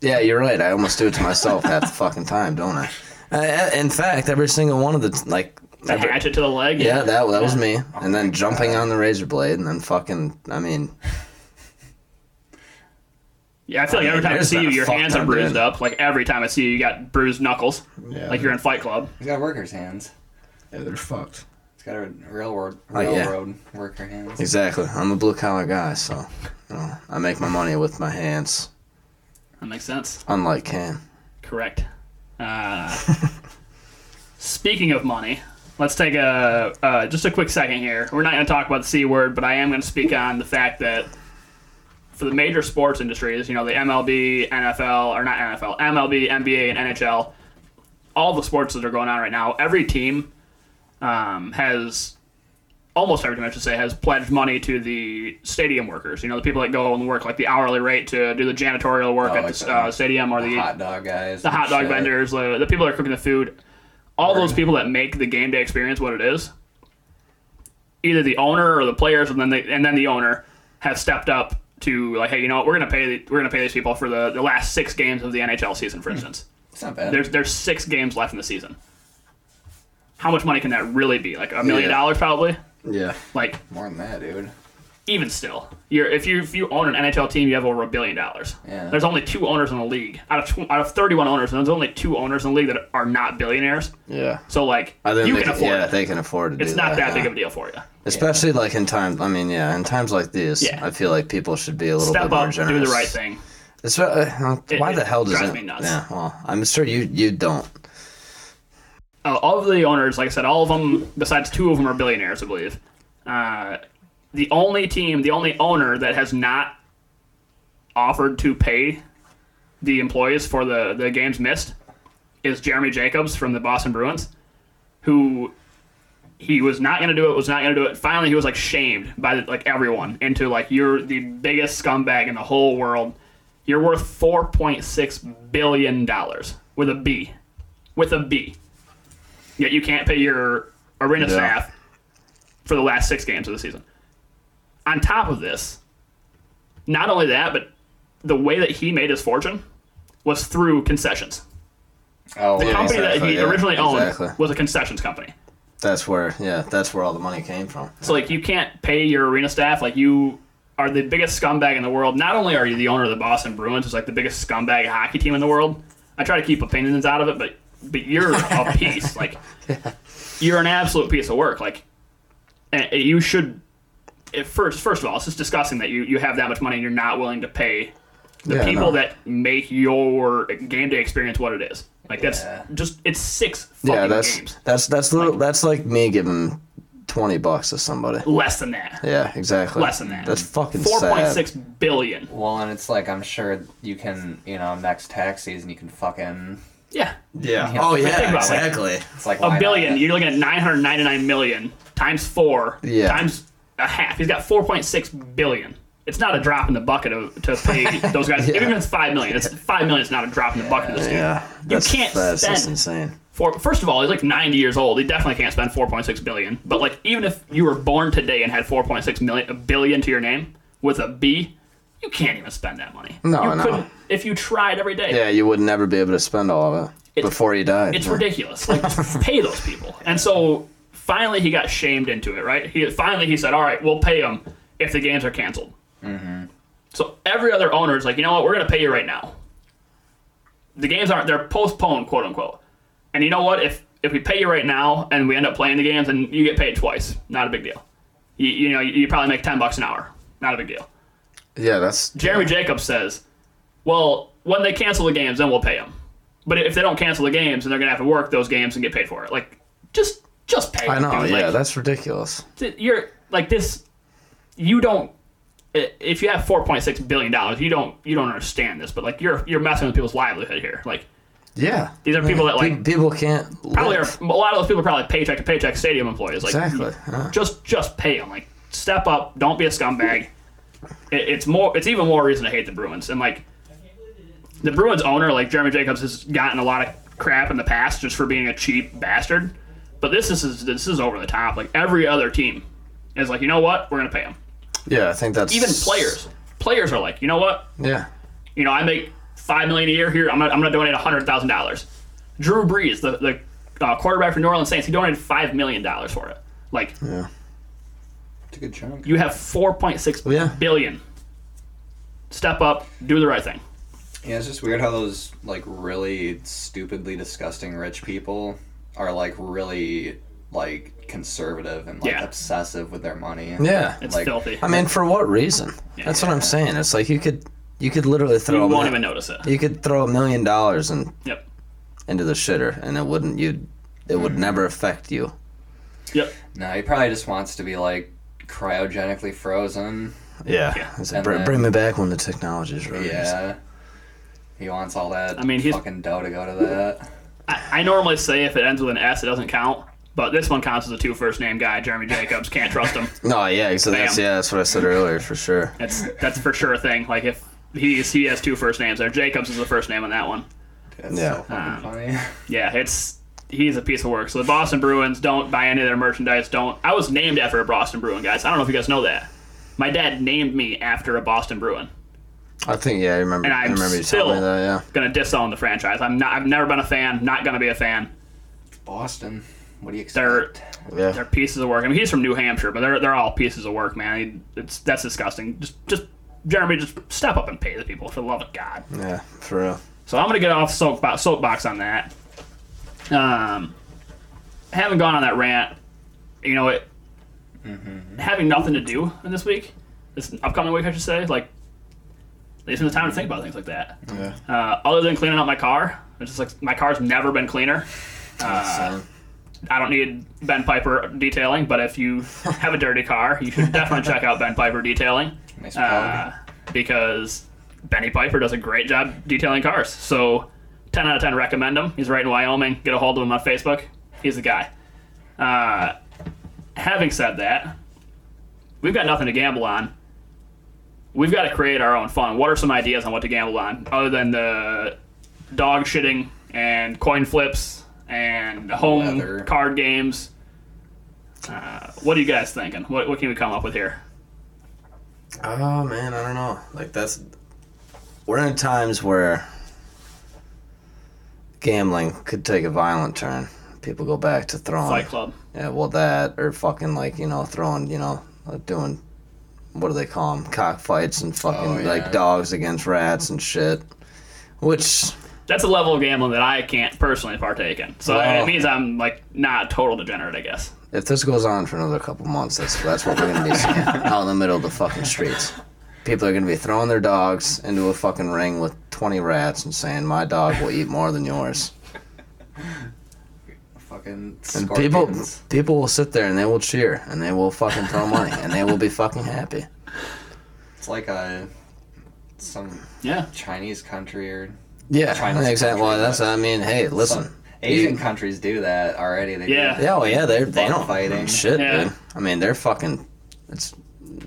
Speaker 1: yeah, you're right. I almost do it to myself half the fucking time, don't I? I- I- In fact, every single one of the like,
Speaker 2: The
Speaker 1: every-
Speaker 2: hatchet to the leg.
Speaker 1: yeah, that that was me, and then jumping on the razor blade, and then fucking, I mean,
Speaker 2: Yeah, I feel like every time I
Speaker 1: There's
Speaker 2: see
Speaker 1: been
Speaker 2: you,
Speaker 1: a
Speaker 2: your
Speaker 1: fuck
Speaker 2: hands are
Speaker 1: ton,
Speaker 2: bruised
Speaker 1: dude.
Speaker 2: up. Like every time I see you, you got bruised knuckles.
Speaker 1: Yeah.
Speaker 2: Like you're in Fight Club.
Speaker 3: He's got workers' hands.
Speaker 1: yeah, they're fucked.
Speaker 3: He's got a railroad
Speaker 1: Oh, yeah.
Speaker 3: railroad worker hands.
Speaker 1: Exactly. I'm a blue collar guy, so you know, I make my money with my hands,
Speaker 2: That makes sense.
Speaker 1: unlike Cam.
Speaker 2: Correct. Uh, speaking of money, let's take a uh, just a quick second here. We're not going to talk about the c word, but I am going to speak on the fact that for the major sports industries, you know, the MLB, NFL, or not NFL, MLB, NBA, and NHL, all the sports that are going on right now, every team um, has almost every team, I should say, has pledged money to the stadium workers. You know, the people that go and work like the hourly rate to do the janitorial work
Speaker 3: Oh,
Speaker 2: at
Speaker 3: like
Speaker 2: the
Speaker 3: the-
Speaker 2: uh, stadium or the
Speaker 3: Hot dog guys.
Speaker 2: the hot dog vendors, the, the people that are cooking the food, all those people that make the game day experience what it is. Either the owner or the players, and then they, and then the owner have stepped up to like, hey, you know what? We're gonna pay the, we're gonna pay these people for the, the last six games of the NHL season, for instance.
Speaker 3: It's not bad.
Speaker 2: There's there's six games left in the season. How much money can that really be? Like a million
Speaker 1: Yeah.
Speaker 2: dollars, probably.
Speaker 1: Yeah.
Speaker 2: Like
Speaker 3: More than that, dude.
Speaker 2: even still, you're if you if you own an NHL team, you have over a billion dollars.
Speaker 3: Yeah.
Speaker 2: There's only two owners in the league out of tw- out of 31 owners, and there's only two owners in the league that are not billionaires.
Speaker 1: Yeah.
Speaker 2: So like
Speaker 1: I think
Speaker 2: you
Speaker 1: they,
Speaker 2: can afford
Speaker 1: yeah,
Speaker 2: it.
Speaker 1: they can afford to
Speaker 2: It's
Speaker 1: do
Speaker 2: not that
Speaker 1: yeah.
Speaker 2: big of a deal for you.
Speaker 1: Especially like in times, I mean, yeah, in times like these,
Speaker 2: Yeah.
Speaker 1: I feel like people should be a little
Speaker 2: Step
Speaker 1: bit more
Speaker 2: up, do
Speaker 1: generous.
Speaker 2: the right thing.
Speaker 1: It's, uh, uh,
Speaker 2: It-
Speaker 1: why
Speaker 2: it
Speaker 1: the hell does
Speaker 2: drives
Speaker 1: it?
Speaker 2: me nuts.
Speaker 1: Yeah, well, I'm sure you you don't.
Speaker 2: Uh, all of the owners, like I said, all of them besides two of them are billionaires, I believe. Uh, the only team, the only owner that has not offered to pay the employees for the the games missed is Jeremy Jacobs from the Boston Bruins, who he was not going to do it, was not going to do it. Finally, he was like shamed by like everyone into like you're the biggest scumbag in the whole world. You're worth four point six billion dollars with a B, with a B. Yet you can't pay your arena
Speaker 1: Yeah.
Speaker 2: staff for the last six games of the season. on top of this, not only that, but the way that he made his fortune was through concessions.
Speaker 3: Oh,
Speaker 2: The
Speaker 3: wow.
Speaker 2: company that
Speaker 1: exactly,
Speaker 2: he
Speaker 1: yeah,
Speaker 2: originally owned
Speaker 1: exactly.
Speaker 2: was a concessions company.
Speaker 1: That's where, yeah, that's where all the money came from.
Speaker 2: So like you can't pay your arena staff. Like you are the biggest scumbag in the world. Not only are you the owner of the Boston Bruins, who's like the biggest scumbag hockey team in the world. I try to keep opinions out of it, but but you're a piece. Like you're an absolute piece of work. Like and you should. At first, first of all, it's just disgusting that you, you have that much money and you're not willing to pay the
Speaker 1: Yeah,
Speaker 2: people
Speaker 1: no.
Speaker 2: that make your game day experience what it is. Like that's
Speaker 3: Yeah.
Speaker 2: just it's six fucking
Speaker 1: Yeah, that's
Speaker 2: games.
Speaker 1: that's that's little, that's like me giving twenty bucks to somebody.
Speaker 2: Less than that.
Speaker 1: Yeah, exactly.
Speaker 2: Less than that.
Speaker 1: That's fucking
Speaker 2: Four point
Speaker 1: sad.
Speaker 2: six billion.
Speaker 3: Well, and it's like I'm sure you can, you know, next tax season you can fucking.
Speaker 2: Yeah,
Speaker 1: Yeah.
Speaker 3: Yeah.
Speaker 1: Oh
Speaker 2: Think
Speaker 1: yeah,
Speaker 2: about it.
Speaker 1: exactly.
Speaker 3: It's like why
Speaker 2: a
Speaker 3: not?
Speaker 2: billion. You're looking at 999 million times four
Speaker 1: Yeah.
Speaker 2: times a half. He's got 4.6 billion. It's not a drop in the bucket of, to pay those guys. Even if it's five million, it's five million. It's not a drop in the bucket. Of this dude.
Speaker 1: Yeah. That's,
Speaker 2: can't
Speaker 1: That's just
Speaker 2: spend-
Speaker 1: insane.
Speaker 2: For, first of all, he's like 90 years old. He definitely can't spend 4.6 billion. But like, even if you were born today and had 4.6 million a billion to your name with a B, you can't even spend that money.
Speaker 1: No,
Speaker 2: you
Speaker 1: no.
Speaker 2: couldn't if you tried every day.
Speaker 1: Yeah, you would never be able to spend all of it
Speaker 2: It's-
Speaker 1: before you died.
Speaker 2: It's
Speaker 1: yeah.
Speaker 2: ridiculous. Like, just pay those people. And so finally, he got shamed into it. Right? He finally he said, "All right, we'll pay them if the games are canceled." So every other owner is like, "You know what? We're going to pay you right now." The games aren't; they're postponed, quote unquote. And you know what? If if we pay you right now and we end up playing the games and you get paid twice, not a big deal. You, you know, you probably make ten bucks an hour. Not a big deal.
Speaker 1: Yeah, that's
Speaker 2: Jeremy Jacobs says, "Well, when they cancel the games, then we'll pay them. But if they don't cancel the games, then they're gonna have to work those games and get paid for it. Like, just just pay.
Speaker 1: I
Speaker 2: them,
Speaker 1: know.
Speaker 2: dude.
Speaker 1: Yeah,
Speaker 2: Like,
Speaker 1: that's ridiculous.
Speaker 2: th- you're like this. You don't. i- If you have four point six billion dollars, you don't you don't understand this. But like, you're you're messing with people's livelihood here. Like,
Speaker 1: Yeah.
Speaker 2: these are people that
Speaker 1: Pe-
Speaker 2: like
Speaker 1: people can't
Speaker 2: probably are,
Speaker 1: live.
Speaker 2: a lot of those people are probably paycheck to paycheck stadium employees. Like,
Speaker 1: Exactly. Yeah.
Speaker 2: just just pay them. Like step up. Don't be a scumbag. It, it's more. It's even more reason to hate the Bruins. And like the Bruins owner, like Jeremy Jacobs, has gotten a lot of crap in the past just for being a cheap bastard. But this is this is over the top. Like every other team is like, you know what? We're gonna pay them.
Speaker 1: Yeah, I think that's
Speaker 2: Even players. Players are like, you know what?
Speaker 1: Yeah.
Speaker 2: You know, I make five million a year here. I'm gonna I'm gonna donate hundred thousand dollars. Drew Brees, the the uh, quarterback for New Orleans Saints, he donated five million dollars for it. Like
Speaker 1: Yeah.
Speaker 3: It's a good chunk.
Speaker 2: you have 4.6 billion.
Speaker 1: Yeah.
Speaker 2: Step up, do the right thing.
Speaker 3: Yeah, it's just weird how those like really stupidly disgusting rich people are like really like conservative and like
Speaker 2: Yeah.
Speaker 3: obsessive with their money.
Speaker 1: Yeah.
Speaker 2: It's
Speaker 3: Like-
Speaker 2: filthy.
Speaker 1: I mean, for what reason? That's what I'm saying. It's like you could you could literally throw
Speaker 2: you
Speaker 1: a
Speaker 2: won't
Speaker 1: mil-
Speaker 2: even notice it.
Speaker 1: you could throw a million dollars and
Speaker 2: Yep.
Speaker 1: into the shitter and it wouldn't you it would
Speaker 2: Mm.
Speaker 1: never affect you.
Speaker 2: Yep.
Speaker 3: No, he probably just wants to be like cryogenically frozen.
Speaker 1: Yeah.
Speaker 2: Yeah.
Speaker 1: It's
Speaker 3: And
Speaker 1: like, br-
Speaker 3: then-
Speaker 1: bring me back when the technology's right.
Speaker 3: Yeah. He wants all that
Speaker 2: I mean, he's-
Speaker 3: fucking dough to go to that.
Speaker 2: I, I normally say if it ends with an S, it doesn't count. But this one counts as a two first name guy, Jeremy Jacobs. Can't trust him.
Speaker 1: No, yeah, so that's
Speaker 2: Bam.
Speaker 1: yeah, that's what I said earlier for sure.
Speaker 2: That's that's for sure a thing. Like if he's he has two first names there. Jacobs is the first name on that one.
Speaker 3: It's
Speaker 1: Yeah.
Speaker 3: so
Speaker 2: Um,
Speaker 3: fucking funny.
Speaker 2: Yeah, it's he's a piece of work. So the Boston Bruins don't buy any of their merchandise. Don't. I was named after a Boston Bruin, guys. I don't know if you guys know that. My dad named me after a Boston Bruin.
Speaker 1: I think yeah, I remember
Speaker 2: And
Speaker 1: I
Speaker 2: I'm
Speaker 1: remember you
Speaker 2: still-
Speaker 1: telling me that, yeah.
Speaker 2: gonna disown the franchise. I'm not. I've never been a fan. Not gonna be a fan.
Speaker 3: Boston. What do you
Speaker 2: They're
Speaker 3: expect?
Speaker 1: Yeah.
Speaker 2: they're pieces of work. I mean, he's from New Hampshire, but they're they're all pieces of work, man. It's that's disgusting. Just just Jeremy, just step up and pay the people for the love of God.
Speaker 1: Yeah, for real.
Speaker 2: So I'm gonna get off soapbox soapbox on that. Um, having gone on that rant, you know it. Having nothing to do in this week, this upcoming week, I should say, like, leaves me the time to think about things like that.
Speaker 1: Yeah.
Speaker 2: Uh, other than cleaning up my car, it's just like my car's never been cleaner. Uh,
Speaker 1: So,
Speaker 2: I don't need Ben Piper detailing, but if you have a dirty car, you should definitely check out Ben Piper detailing
Speaker 3: Nice
Speaker 2: uh,
Speaker 3: plug.
Speaker 2: because Benny Piper does a great job detailing cars. So, 10 out of 10 recommend him. He's right in Wyoming. Get a hold of him on Facebook. He's the guy. Uh, having said that, we've got nothing to gamble on. We've got to create our own fun. What are some ideas on what to gamble on other than the dog shitting and coin flips and home
Speaker 3: Leather.
Speaker 2: card games? Uh, what are you guys thinking? What, what can we come up with here?
Speaker 1: Oh man, I don't know. Like that's we're in times where gambling could take a violent turn. People go back to throwing.
Speaker 2: Fight Club.
Speaker 1: Yeah, well that or fucking like you know throwing you know like doing what do they call them cockfights and fucking
Speaker 3: Oh, yeah.
Speaker 1: like dogs against rats and shit. Which
Speaker 2: That's a level of gambling that I can't personally partake in. So
Speaker 1: Wow.
Speaker 2: it means I'm like not total degenerate, I guess.
Speaker 1: if this goes on for another couple months, that's that's what we're gonna be seeing out in the middle of the fucking streets. People are gonna be throwing their dogs into a fucking ring with twenty rats and saying, "My dog will eat more than yours."
Speaker 3: Fucking
Speaker 1: And people,
Speaker 3: scorpions.
Speaker 1: people will sit there and they will cheer and they will fucking throw money and they will be fucking happy.
Speaker 3: It's like a some
Speaker 2: Yeah.
Speaker 3: Chinese country or
Speaker 1: Yeah,
Speaker 3: China's
Speaker 1: exactly. Well,
Speaker 3: country,
Speaker 1: that's. I mean, hey, listen.
Speaker 3: some Asian
Speaker 1: You-
Speaker 3: countries do that already. They do-
Speaker 2: Yeah.
Speaker 1: Yeah, oh yeah, they're they
Speaker 3: Buck
Speaker 1: don't
Speaker 3: fighting.
Speaker 1: shit,
Speaker 2: Yeah.
Speaker 1: dude. I mean, they're fucking. It's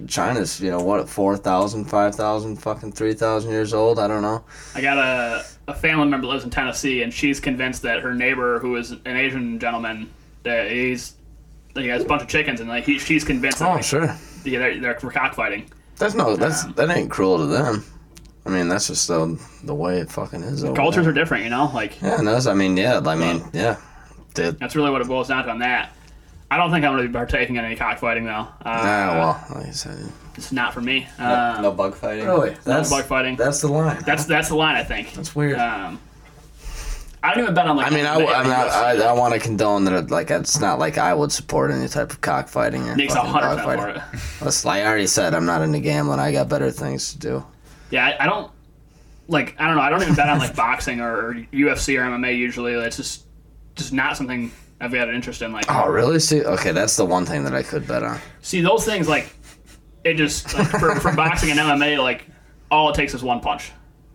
Speaker 1: China's. You know what? 4,000, 5,000, fucking three thousand years old. I don't know.
Speaker 2: I got a, a family member that lives in Tennessee, and she's convinced that her neighbor, who is an Asian gentleman, that he's that he has a bunch of chickens, and like he, she's convinced that
Speaker 1: Oh
Speaker 2: like,
Speaker 1: sure.
Speaker 2: yeah, they're, they're cockfighting.
Speaker 1: That's no. That's
Speaker 2: Um,
Speaker 1: that ain't cruel to them. I mean, that's just the the way it fucking is. over
Speaker 2: Cultures
Speaker 1: there.
Speaker 2: are different, you know. Like
Speaker 1: Yeah, no. it's- I mean, yeah. I mean, yeah. Did
Speaker 2: that's really what it boils down to on that. I don't think I'm going to be partaking in any cockfighting though. Uh,
Speaker 1: ah well, like I said.
Speaker 2: it's not for me. Um,
Speaker 3: No, no bug fighting.
Speaker 2: That's- bug fighting.
Speaker 1: That's the line.
Speaker 2: That's that's the line I think.
Speaker 1: That's weird.
Speaker 2: Um, I don't even bet on like.
Speaker 1: I mean, I,
Speaker 2: the-
Speaker 1: I, mean,
Speaker 2: the
Speaker 1: I,
Speaker 2: UFC.
Speaker 1: I, I want to condone that. Like, it's not like I would support any type of cockfighting or
Speaker 2: Nick's a
Speaker 1: fucking
Speaker 2: hundred percent for
Speaker 1: dogfighting.
Speaker 2: it.
Speaker 1: Listen, I already said I'm not into gambling. I got better things to do.
Speaker 2: Yeah, I, I don't like. I don't know. I don't even bet on like boxing or, or UFC or MMA. Usually, it's just just not something I've got an interest in. Like,
Speaker 1: Oh, really? See, okay, that's the one thing that I could bet on.
Speaker 2: see those things like it just like, for for boxing and MMA like all it takes is one punch.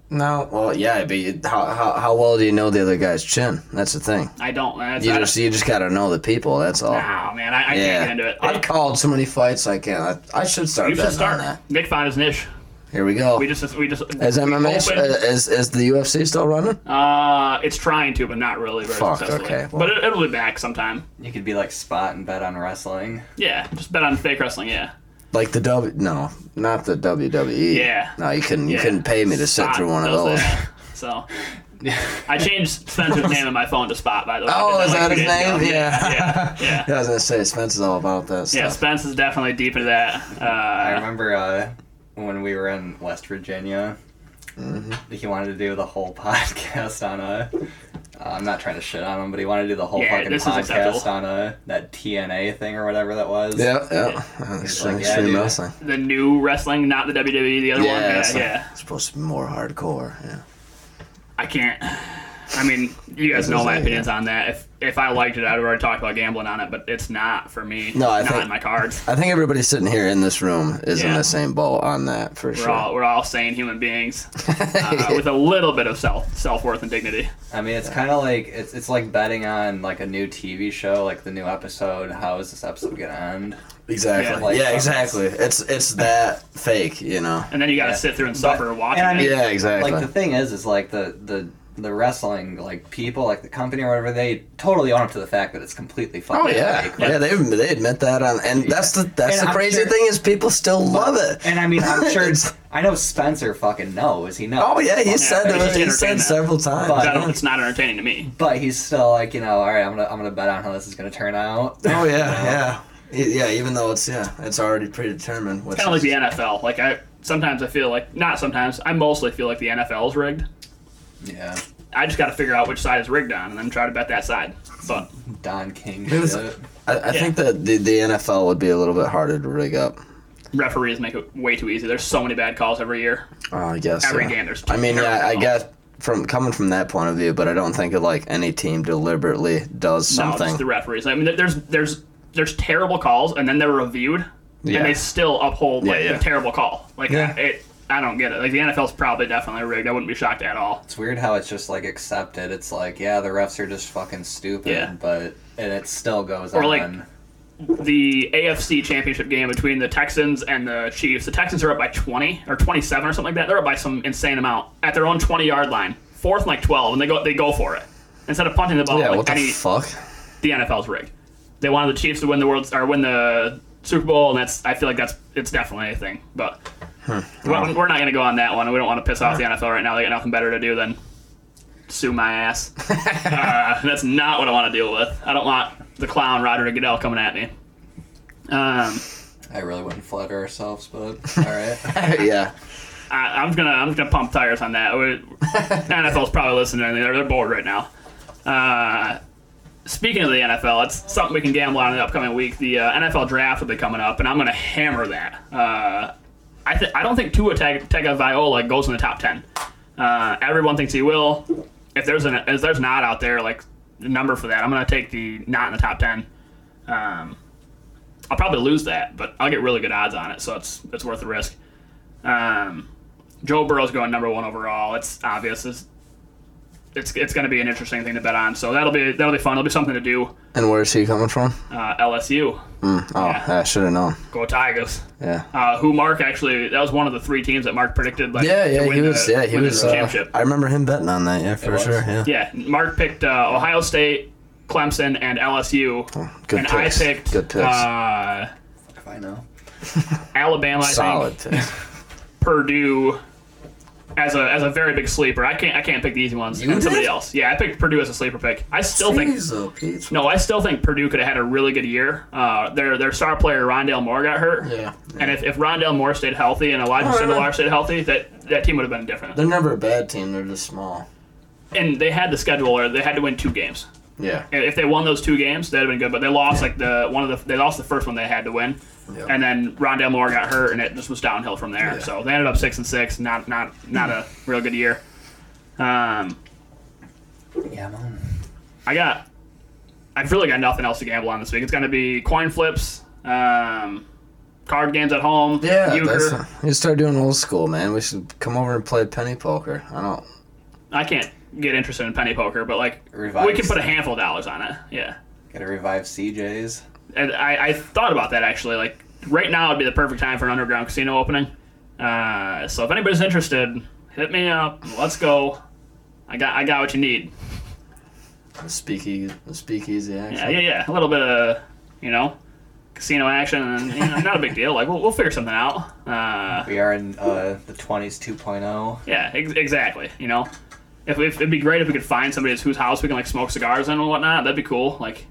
Speaker 1: No, well, yeah, but you, how, how how well do you know the other guy's chin? That's the thing.
Speaker 2: I don't. That's,
Speaker 1: You
Speaker 2: I
Speaker 1: just you just gotta know the people. That's all.
Speaker 2: Wow, man, I, I
Speaker 1: yeah,
Speaker 2: can't get into it.
Speaker 1: I've called so many fights I can't. I, I should start
Speaker 2: you
Speaker 1: betting
Speaker 2: should start.
Speaker 1: on that.
Speaker 2: Nick found his niche.
Speaker 1: Here we go.
Speaker 2: We just we just
Speaker 1: is
Speaker 2: we
Speaker 1: MMA s-
Speaker 2: opened-
Speaker 1: uh, is is the UFC still running?
Speaker 2: Uh, it's trying to, but not really very
Speaker 1: Fuck,
Speaker 2: successfully.
Speaker 1: okay, well.
Speaker 2: But it, it'll be back sometime.
Speaker 3: You could be like spot and bet on wrestling.
Speaker 2: Yeah, just bet on fake wrestling. Yeah,
Speaker 1: Like the W? No, not the WWE.
Speaker 2: Yeah.
Speaker 1: No, you couldn't. You
Speaker 2: Yeah.
Speaker 1: couldn't pay me to sit
Speaker 2: Spot
Speaker 1: through one of
Speaker 2: does
Speaker 1: those.
Speaker 2: that. So I changed Spencer's name in my phone to Spot. By the way.
Speaker 1: Oh, is that
Speaker 2: Like,
Speaker 1: his
Speaker 2: two days ago.
Speaker 1: name? Yeah.
Speaker 2: Yeah. Yeah.
Speaker 1: Yeah, I was gonna say Spence is all about that
Speaker 2: Yeah,
Speaker 1: stuff.
Speaker 2: Spence is definitely deep into that.
Speaker 3: I
Speaker 2: Uh,
Speaker 3: remember uh, when we were in West Virginia,
Speaker 1: Mm-hmm.
Speaker 3: he wanted to do the whole podcast on a. Uh, I'm not trying to shit on him, but he wanted to do the whole
Speaker 2: Yeah,
Speaker 3: fucking
Speaker 2: this is
Speaker 3: podcast
Speaker 2: acceptable.
Speaker 3: on a that TNA thing or whatever that was.
Speaker 1: Yeah, yeah. yeah.
Speaker 3: He's
Speaker 1: Extreme
Speaker 3: like, yeah, dude.
Speaker 1: wrestling.
Speaker 2: the new wrestling, not the WWE, the other one. Yeah,
Speaker 1: it's like-
Speaker 2: yeah.
Speaker 1: It's supposed to be more hardcore. Yeah.
Speaker 2: I can't. I mean, you guys
Speaker 1: This
Speaker 2: know
Speaker 1: is
Speaker 2: my
Speaker 1: it,
Speaker 2: opinions on that. If if I liked it, I'd already talked about gambling on it, but it's not for me.
Speaker 1: No, I
Speaker 2: not
Speaker 1: think-
Speaker 2: in my cards.
Speaker 1: I think everybody sitting here in this room is in
Speaker 2: Yeah.
Speaker 1: the same boat on that for
Speaker 2: We're
Speaker 1: sure.
Speaker 2: all we're all sane human beings uh, with a little bit of self self worth and dignity.
Speaker 3: I mean, it's kind of like it's it's like betting on like a new TV show, like the new episode. How is this episode gonna end?
Speaker 1: exactly.
Speaker 2: Yeah,
Speaker 1: Yeah,
Speaker 3: like- uh,
Speaker 1: exactly. It's it's that fake, you know.
Speaker 2: And then you got to
Speaker 3: Yeah.
Speaker 2: sit through and suffer
Speaker 3: But-
Speaker 2: watching
Speaker 3: and I
Speaker 2: it.
Speaker 3: mean-
Speaker 1: Yeah, exactly.
Speaker 3: Like the thing is, is like the the the wrestling like people, like the company or whatever, they totally own up to the fact that it's completely fucking.
Speaker 1: Oh yeah,
Speaker 3: fake. Like,
Speaker 1: yeah. They they admit that, on, and that's the that's
Speaker 3: And
Speaker 1: the
Speaker 3: I'm
Speaker 1: crazy
Speaker 3: sure-
Speaker 1: thing is people still love it.
Speaker 3: And I mean, I'm sure.
Speaker 1: It's-
Speaker 3: I know Spencer fucking knows. He knows.
Speaker 1: Oh yeah, he said it.
Speaker 2: but he's
Speaker 1: He said
Speaker 2: entertained that.
Speaker 1: several times.
Speaker 3: But-
Speaker 2: I don't- it's not entertaining to me.
Speaker 3: But he's still like, you know, all right, I'm gonna, I'm gonna bet on how this is gonna turn out.
Speaker 1: oh yeah, yeah, E- yeah. Even though it's yeah, it's already predetermined. Which
Speaker 2: Kind of like
Speaker 1: is,
Speaker 2: the NFL. Like I sometimes I feel like not sometimes I mostly feel like the NFL is rigged.
Speaker 3: Yeah.
Speaker 2: I just got to figure out which side is rigged on, and then try to bet that side. But
Speaker 3: Don King.
Speaker 1: It was-
Speaker 3: shit.
Speaker 1: I, I think that the, the NFL would be a little bit harder to rig up.
Speaker 2: referees make it way too easy. There's so many bad calls every year.
Speaker 1: Oh, I guess
Speaker 2: Every
Speaker 1: yeah.
Speaker 2: game there's
Speaker 1: I mean,
Speaker 2: terrible
Speaker 1: yeah, I
Speaker 2: calls.
Speaker 1: guess from coming from that point of view, but I don't think of like any team deliberately does
Speaker 2: No,
Speaker 1: something.
Speaker 2: just the referees. I mean, there- there's there's there's terrible calls, and then they're reviewed,
Speaker 1: Yeah.
Speaker 2: and they still uphold like,
Speaker 1: Yeah, yeah.
Speaker 2: the terrible call. Like
Speaker 1: Yeah.
Speaker 2: I, it, I don't get it. Like the NFL's probably definitely rigged. I wouldn't be shocked at all.
Speaker 3: It's weird how it's just like accepted. It's like, yeah, the refs are just fucking stupid,
Speaker 2: Yeah.
Speaker 3: but and it still goes
Speaker 2: Or,
Speaker 3: on.
Speaker 2: like, The AFC Championship game between the Texans and the Chiefs. The Texans are up by 20 or 27 or something like that. They're up by some insane amount at their own 20 yard line, fourth and like 12, and they go they go for it instead of punting the ball.
Speaker 1: yeah,
Speaker 2: like
Speaker 1: what the
Speaker 2: any,
Speaker 1: fuck?
Speaker 2: the NFL's rigged. They wanted the Chiefs to win the world or win the Super Bowl, and that's I feel like that's it's definitely a thing. But we're, we're not gonna go on that one. We don't want to piss off the NFL right now. They got nothing better to do than sue my ass. uh, that's not what I want to deal with. I don't want the clown Roger Goodell coming at me. Um,
Speaker 3: I really wouldn't flatter ourselves, but all right.
Speaker 1: yeah.
Speaker 2: I, I'm gonna I'm gonna pump tires on that. We, NFL's probably listening. They're they're bored right now. Uh, speaking of the NFL, it's something we can gamble on in the upcoming week. The uh, NFL draft will be coming up, and I'm gonna hammer that. Uh, I th- I don't think Tua Tag- Tagovailoa goes in the top ten. Uh, everyone thinks he will. If there's an if there's not out there like the number for that, I'm gonna take the not in the top ten. Um, I'll probably lose that, but I'll get really good odds on it, so it's it's worth the risk. Um, Joe Burrow's going number one overall. It's obvious. It's it's, it's going to be an interesting thing to bet on. So that'll be that'll be fun. It'll be something to do.
Speaker 1: And where's he coming from?
Speaker 2: Uh, LSU,
Speaker 1: Mm, oh, I should have known.
Speaker 2: go Tigers.
Speaker 1: Yeah.
Speaker 2: Uh, who Mark actually that was one of the three teams that Mark predicted. Like,
Speaker 1: Yeah,
Speaker 2: to
Speaker 1: yeah, he
Speaker 2: win
Speaker 1: was.
Speaker 2: the-
Speaker 1: Yeah, he
Speaker 2: win the
Speaker 1: was. Uh,
Speaker 2: championship.
Speaker 1: I remember him betting on that. Yeah, for
Speaker 3: was?
Speaker 1: sure. Yeah.
Speaker 2: yeah, Mark picked uh, Ohio State, Clemson, and LSU,
Speaker 1: Oh, Good
Speaker 2: and
Speaker 1: picks.
Speaker 2: I picked
Speaker 1: Good picks.
Speaker 2: uh,
Speaker 3: if I know.
Speaker 2: Alabama. I think.
Speaker 1: Solid picks.
Speaker 2: Purdue as a as a very big sleeper. I can't I can't pick the easy ones.
Speaker 3: You
Speaker 2: and somebody
Speaker 3: did?
Speaker 2: else. Yeah, I picked Purdue as a sleeper pick. I still think
Speaker 1: Pete.
Speaker 2: no, I still think Purdue could have had a really good year. Uh, their their star player Rondell Moore got hurt.
Speaker 1: Yeah.
Speaker 2: And if, if Rondell Moore stayed healthy and Elijah
Speaker 1: Alright.
Speaker 2: Sindelar stayed healthy, that, that team would have been different.
Speaker 1: They're never a bad team. They're just small.
Speaker 2: And they had the schedule where they had to win two games.
Speaker 1: Yeah.
Speaker 2: And if they won those two games, that'd have been good. But they lost like the one of the they lost the first one they had to win,
Speaker 1: Yeah.
Speaker 2: and then Rondell Moore got hurt, and it just was downhill from there.
Speaker 1: Yeah.
Speaker 2: So they ended up six and six. Not not not a real good year. Um,
Speaker 3: Yeah, man.
Speaker 2: I got I really got nothing else to gamble on this week. It's gonna be coin flips, um, card games at home.
Speaker 1: Yeah, that's,
Speaker 2: euchre.
Speaker 1: we should start doing old school, man. We should come over and play penny poker. I don't.
Speaker 2: I can't get interested in penny poker, but like we
Speaker 3: Revives.
Speaker 2: can put a handful of dollars on it. Yeah.
Speaker 3: Gotta revive CJ's.
Speaker 2: and I, I thought about that actually. Like right now would be the perfect time for an underground casino opening. Uh, so if anybody's interested, hit me up. Let's go. I got I got what you need.
Speaker 1: The speakeasy, the speakeasy action.
Speaker 2: Yeah, yeah, yeah. A little bit of you know casino action, and you know, not a big deal. Like we'll, we'll figure something out. Uh,
Speaker 3: We are in uh, the 20s 2.0.
Speaker 2: yeah, ex- exactly. You know, if, if it'd be great if we could find somebody whose house we can like smoke cigars in and whatnot. That'd be cool. Like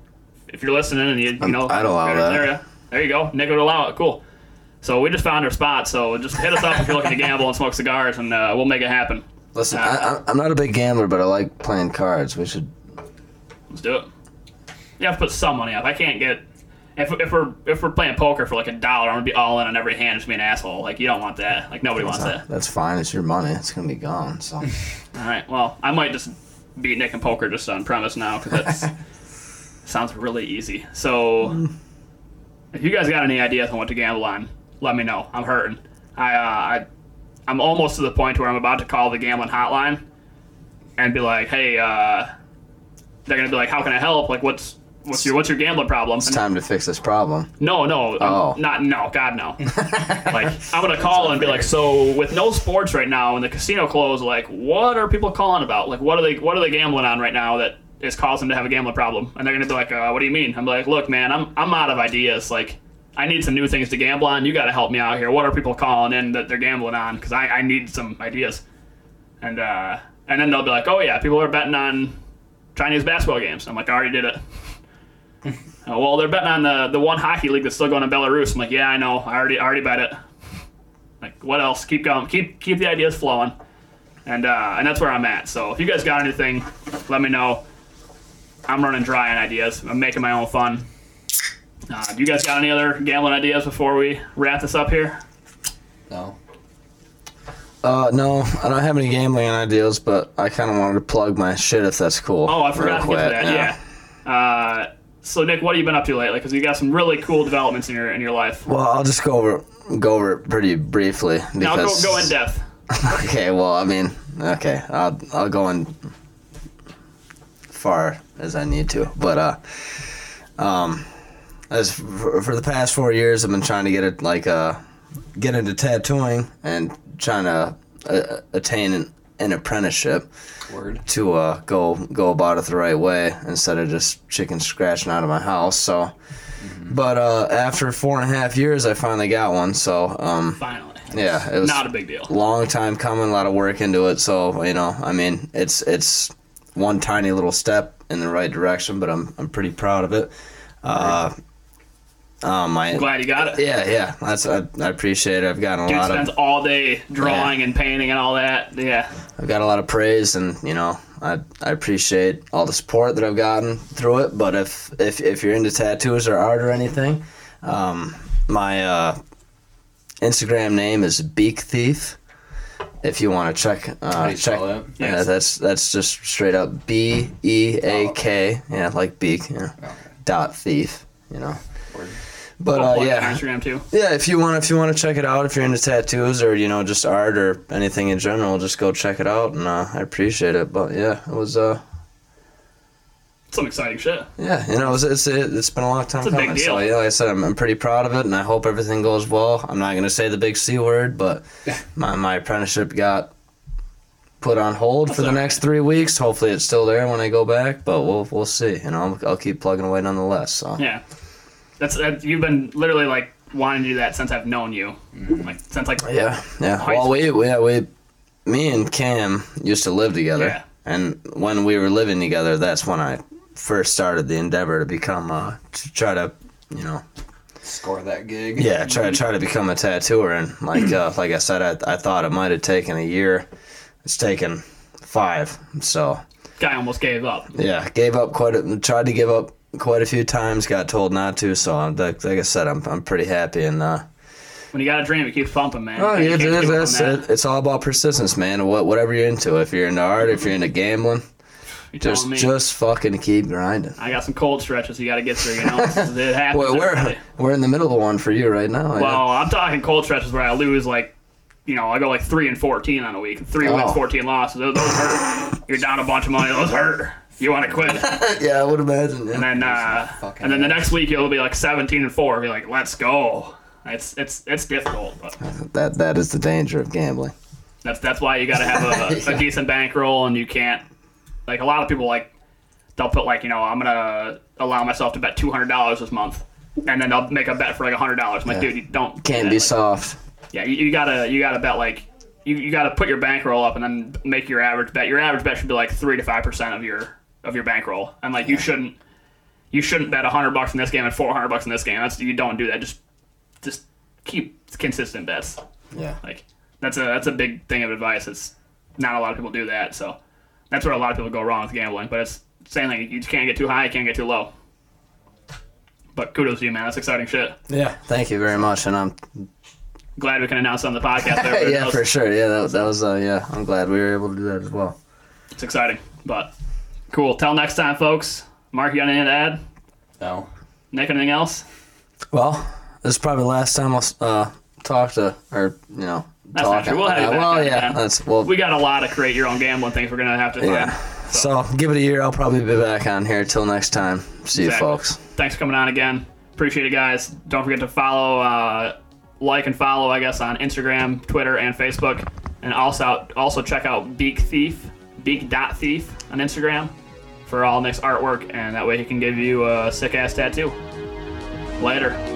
Speaker 2: if you're listening and you you
Speaker 1: I'm-
Speaker 2: know
Speaker 1: I'd allow
Speaker 2: there,
Speaker 1: that.
Speaker 2: There, there you go. Nick would allow it. Cool. So we just found our spot. So just hit us up if you're looking to gamble and smoke cigars, and uh, we'll make it happen.
Speaker 1: Listen, I, I, I'm not a big gambler, but I like playing cards. We should.
Speaker 2: Let's do it. You have to put some money up. I can't get if, if we're if we're playing poker for like a dollar, I'm gonna be all in on every hand, just be an asshole. Like you don't want that. Like nobody wants that.
Speaker 1: That's fine. It's your money. It's gonna be gone. So
Speaker 2: All right. Well, I might just beat Nick and poker just on premise now because that sounds really easy. So, if you guys got any ideas on what to gamble on, let me know. I'm hurting. I, uh, I I'm almost to the point where I'm about to call the gambling hotline and be like, "Hey, uh, they're gonna be like, how can I help? Like, what's what's your what's your gambling problem?"
Speaker 1: it's time to fix this problem.
Speaker 2: No, no,
Speaker 1: Oh.
Speaker 2: um, not no, God no. like I'm gonna call and be like, so with no sports right now and the casino closed, like what are people calling about? Like what are they what are they gambling on right now that is causing them to have a gambling problem? And they're gonna be like, uh, what do you mean? I'm like, look, man, I'm I'm out of ideas. Like I need some new things to gamble on. You got to help me out here. What are people calling in that they're gambling on? Because I, I need some ideas. And uh, and then they'll be like, oh yeah, people are betting on Chinese basketball games. I'm like, I already did it. Uh, well, they're betting on the, the one hockey league that's still going in Belarus. I'm like, yeah, I know. I already I already bet it. Like, what else? Keep going. Keep keep the ideas flowing. And uh, and that's where I'm at. So if you guys got anything, let me know. I'm running dry on ideas. I'm making my own fun. Uh, do you guys got any other gambling ideas before we wrap this up here?
Speaker 3: No.
Speaker 1: Uh, no, I don't have any gambling ideas, but I kind of wanted to plug my shit if that's cool.
Speaker 2: Oh, I forgot to
Speaker 1: real
Speaker 2: get to
Speaker 1: quick,
Speaker 2: that. Yeah. Uh, so Nick, what have you been up to lately? Because you got some really cool developments in your in your life.
Speaker 1: Well, I'll just go over go over it pretty briefly because.
Speaker 2: Now go go in depth.
Speaker 1: Okay, well, I mean, okay, I'll I'll go in far as I need to, but uh, um, as for, for the past four years, I've been trying to get it like uh, get into tattooing and trying to uh, attain an, an apprenticeship
Speaker 3: Word.
Speaker 1: to uh, go go about it the right way instead of just chicken scratching out of my house. So
Speaker 2: Mm-hmm.
Speaker 1: But uh, after four and a half years, I finally got one. So um,
Speaker 2: Finally.
Speaker 1: yeah, it was
Speaker 2: Not a big deal.
Speaker 1: long time coming, a lot of work into it. So you know, I mean, it's it's one tiny little step in the right direction, but I'm I'm pretty proud of it. Uh, um, my
Speaker 2: Glad you got it.
Speaker 1: yeah, yeah, that's I, I appreciate it. I've gotten a
Speaker 2: Dude
Speaker 1: lot of
Speaker 2: spends all day drawing and painting and all that. Yeah.
Speaker 1: I've got a lot of praise, and you know, I I appreciate all the support that I've gotten through it. But if if if you're into tattoos or art or anything, um, my uh, Instagram name is Beak Thief. If you want to check,
Speaker 3: How do
Speaker 1: uh,
Speaker 3: you
Speaker 1: check.
Speaker 3: spell that?
Speaker 1: Yeah,
Speaker 2: Yes.
Speaker 1: that's that's just straight up B E A K. Yeah, like beak. Yeah.
Speaker 3: Oh.
Speaker 1: Dot thief. You know.
Speaker 3: Word.
Speaker 1: But
Speaker 2: I'll
Speaker 1: uh,
Speaker 2: plug
Speaker 1: yeah,
Speaker 2: Instagram too.
Speaker 1: yeah, if you want, if you want to check it out, if you're into tattoos or you know just art or anything in general, just go check it out, and uh, I appreciate it. But yeah, it was uh,
Speaker 2: Some exciting shit.
Speaker 1: yeah, you know, it was, it's it, it's been a long time
Speaker 2: It's a big
Speaker 1: coming. So
Speaker 2: deal.
Speaker 1: yeah, like I said, I'm, I'm pretty proud of it, and I hope everything goes well. I'm not gonna say the big C word, but my my apprenticeship got put on hold for the
Speaker 2: alright.
Speaker 1: next three weeks. Hopefully, it's still there when I go back, but we'll we'll see. You know, I'll, I'll keep plugging away nonetheless. So
Speaker 2: Yeah. That's that, you've been literally like wanting to do that since I've known you.
Speaker 1: Mm-hmm.
Speaker 2: Like since like
Speaker 1: Yeah, yeah.
Speaker 2: High
Speaker 1: Well, we, we, yeah, we, me and Cam used to live together,
Speaker 2: Yeah.
Speaker 1: and when we were living together, that's when I first started the endeavor to become, uh, to try to, you know,
Speaker 3: Score that gig.
Speaker 1: yeah,
Speaker 2: Mm-hmm.
Speaker 1: try try to become a tattooer. And like, uh, like I said, I, I thought it might have taken a year. It's taken five. So
Speaker 2: guy almost gave up.
Speaker 1: yeah, gave up quite. A, tried to give up quite a few times. Got told not to. So I'm, like, like I said, I'm I'm pretty happy and. uh
Speaker 2: When you got a dream, it keeps pumping, man.
Speaker 1: Oh
Speaker 2: You
Speaker 1: yeah, it
Speaker 2: can't give
Speaker 1: is.
Speaker 2: up on
Speaker 1: That's
Speaker 2: that.
Speaker 1: it. It's all about persistence, man. What whatever you're into, if you're into art, if you're into gambling,
Speaker 2: You're telling
Speaker 1: just
Speaker 2: me.
Speaker 1: just fucking keep grinding.
Speaker 2: I got some cold stretches you got to get through. You know, it happens.
Speaker 1: Well, we're
Speaker 2: everybody.
Speaker 1: we're in the middle of one for you right now. yeah.
Speaker 2: Well, I'm talking cold stretches where I lose like, you know, I go like three and fourteen on a week, three
Speaker 1: Oh.
Speaker 2: wins, fourteen losses. Those, those hurt. You're down a bunch of money. Those hurt. You want to quit, and
Speaker 1: yeah, I would imagine. Yeah.
Speaker 2: then uh,
Speaker 3: Fucking
Speaker 2: and then the
Speaker 3: hell.
Speaker 2: next week you'll be like seventeen and four. Be like, let's go. It's it's it's difficult, but
Speaker 1: That that is the danger of gambling.
Speaker 2: that's that's why you got to have a, a decent bankroll, and you can't like a lot of people like they'll put like you know I'm gonna allow myself to bet two hundred dollars this month, and then they'll make a bet for like hundred dollars. I'm like,
Speaker 1: Yeah.
Speaker 2: dude, you don't do
Speaker 1: Can't
Speaker 2: that.
Speaker 1: be
Speaker 2: Like,
Speaker 1: soft.
Speaker 2: Yeah, you, you gotta you gotta bet like you, you gotta put your bankroll up and then make your average bet. Your average bet should be like three to five percent of your of your bankroll, and like you shouldn't you shouldn't bet hundred bucks in this game and four hundred bucks in this game. That's you don't do that. Just just keep consistent bets.
Speaker 1: Yeah.
Speaker 2: Like that's a that's a big thing of advice. It's not a lot of people do that, so that's where a lot of people go wrong with gambling. But it's saying like you just can't get too high, you can't get too low. But kudos to you, man. That's exciting shit.
Speaker 1: Yeah. Thank you very much, and I'm
Speaker 2: Glad we can announce on the podcast. that everybody
Speaker 1: yeah
Speaker 2: knows.
Speaker 1: for sure. Yeah, that, that was uh, yeah. I'm glad we were able to do that as well.
Speaker 2: It's exciting, but cool. Till next time, folks. Mark, you got anything to add?
Speaker 3: No.
Speaker 2: Nick, anything else?
Speaker 1: Well, this is probably the last time I'll uh, talk to or you know
Speaker 2: That's
Speaker 1: talk.
Speaker 2: not true. We'll have you
Speaker 1: uh,
Speaker 2: back
Speaker 1: well,
Speaker 2: on,
Speaker 1: yeah.
Speaker 2: man.
Speaker 1: That's well.
Speaker 2: We got a lot of create your own gambling things we're gonna have to find.
Speaker 1: Yeah. So give it a year. I'll probably be back on here. Till next time. See you,
Speaker 2: Exactly.
Speaker 1: folks.
Speaker 2: Thanks for coming on again. Appreciate it, guys. Don't forget to follow, uh, like, and follow. I guess on Instagram, Twitter, and Facebook, and also also check out Beak Thief, Beak dot Thief on Instagram for all Nick's artwork, and that way he can give you a sick ass tattoo. Later.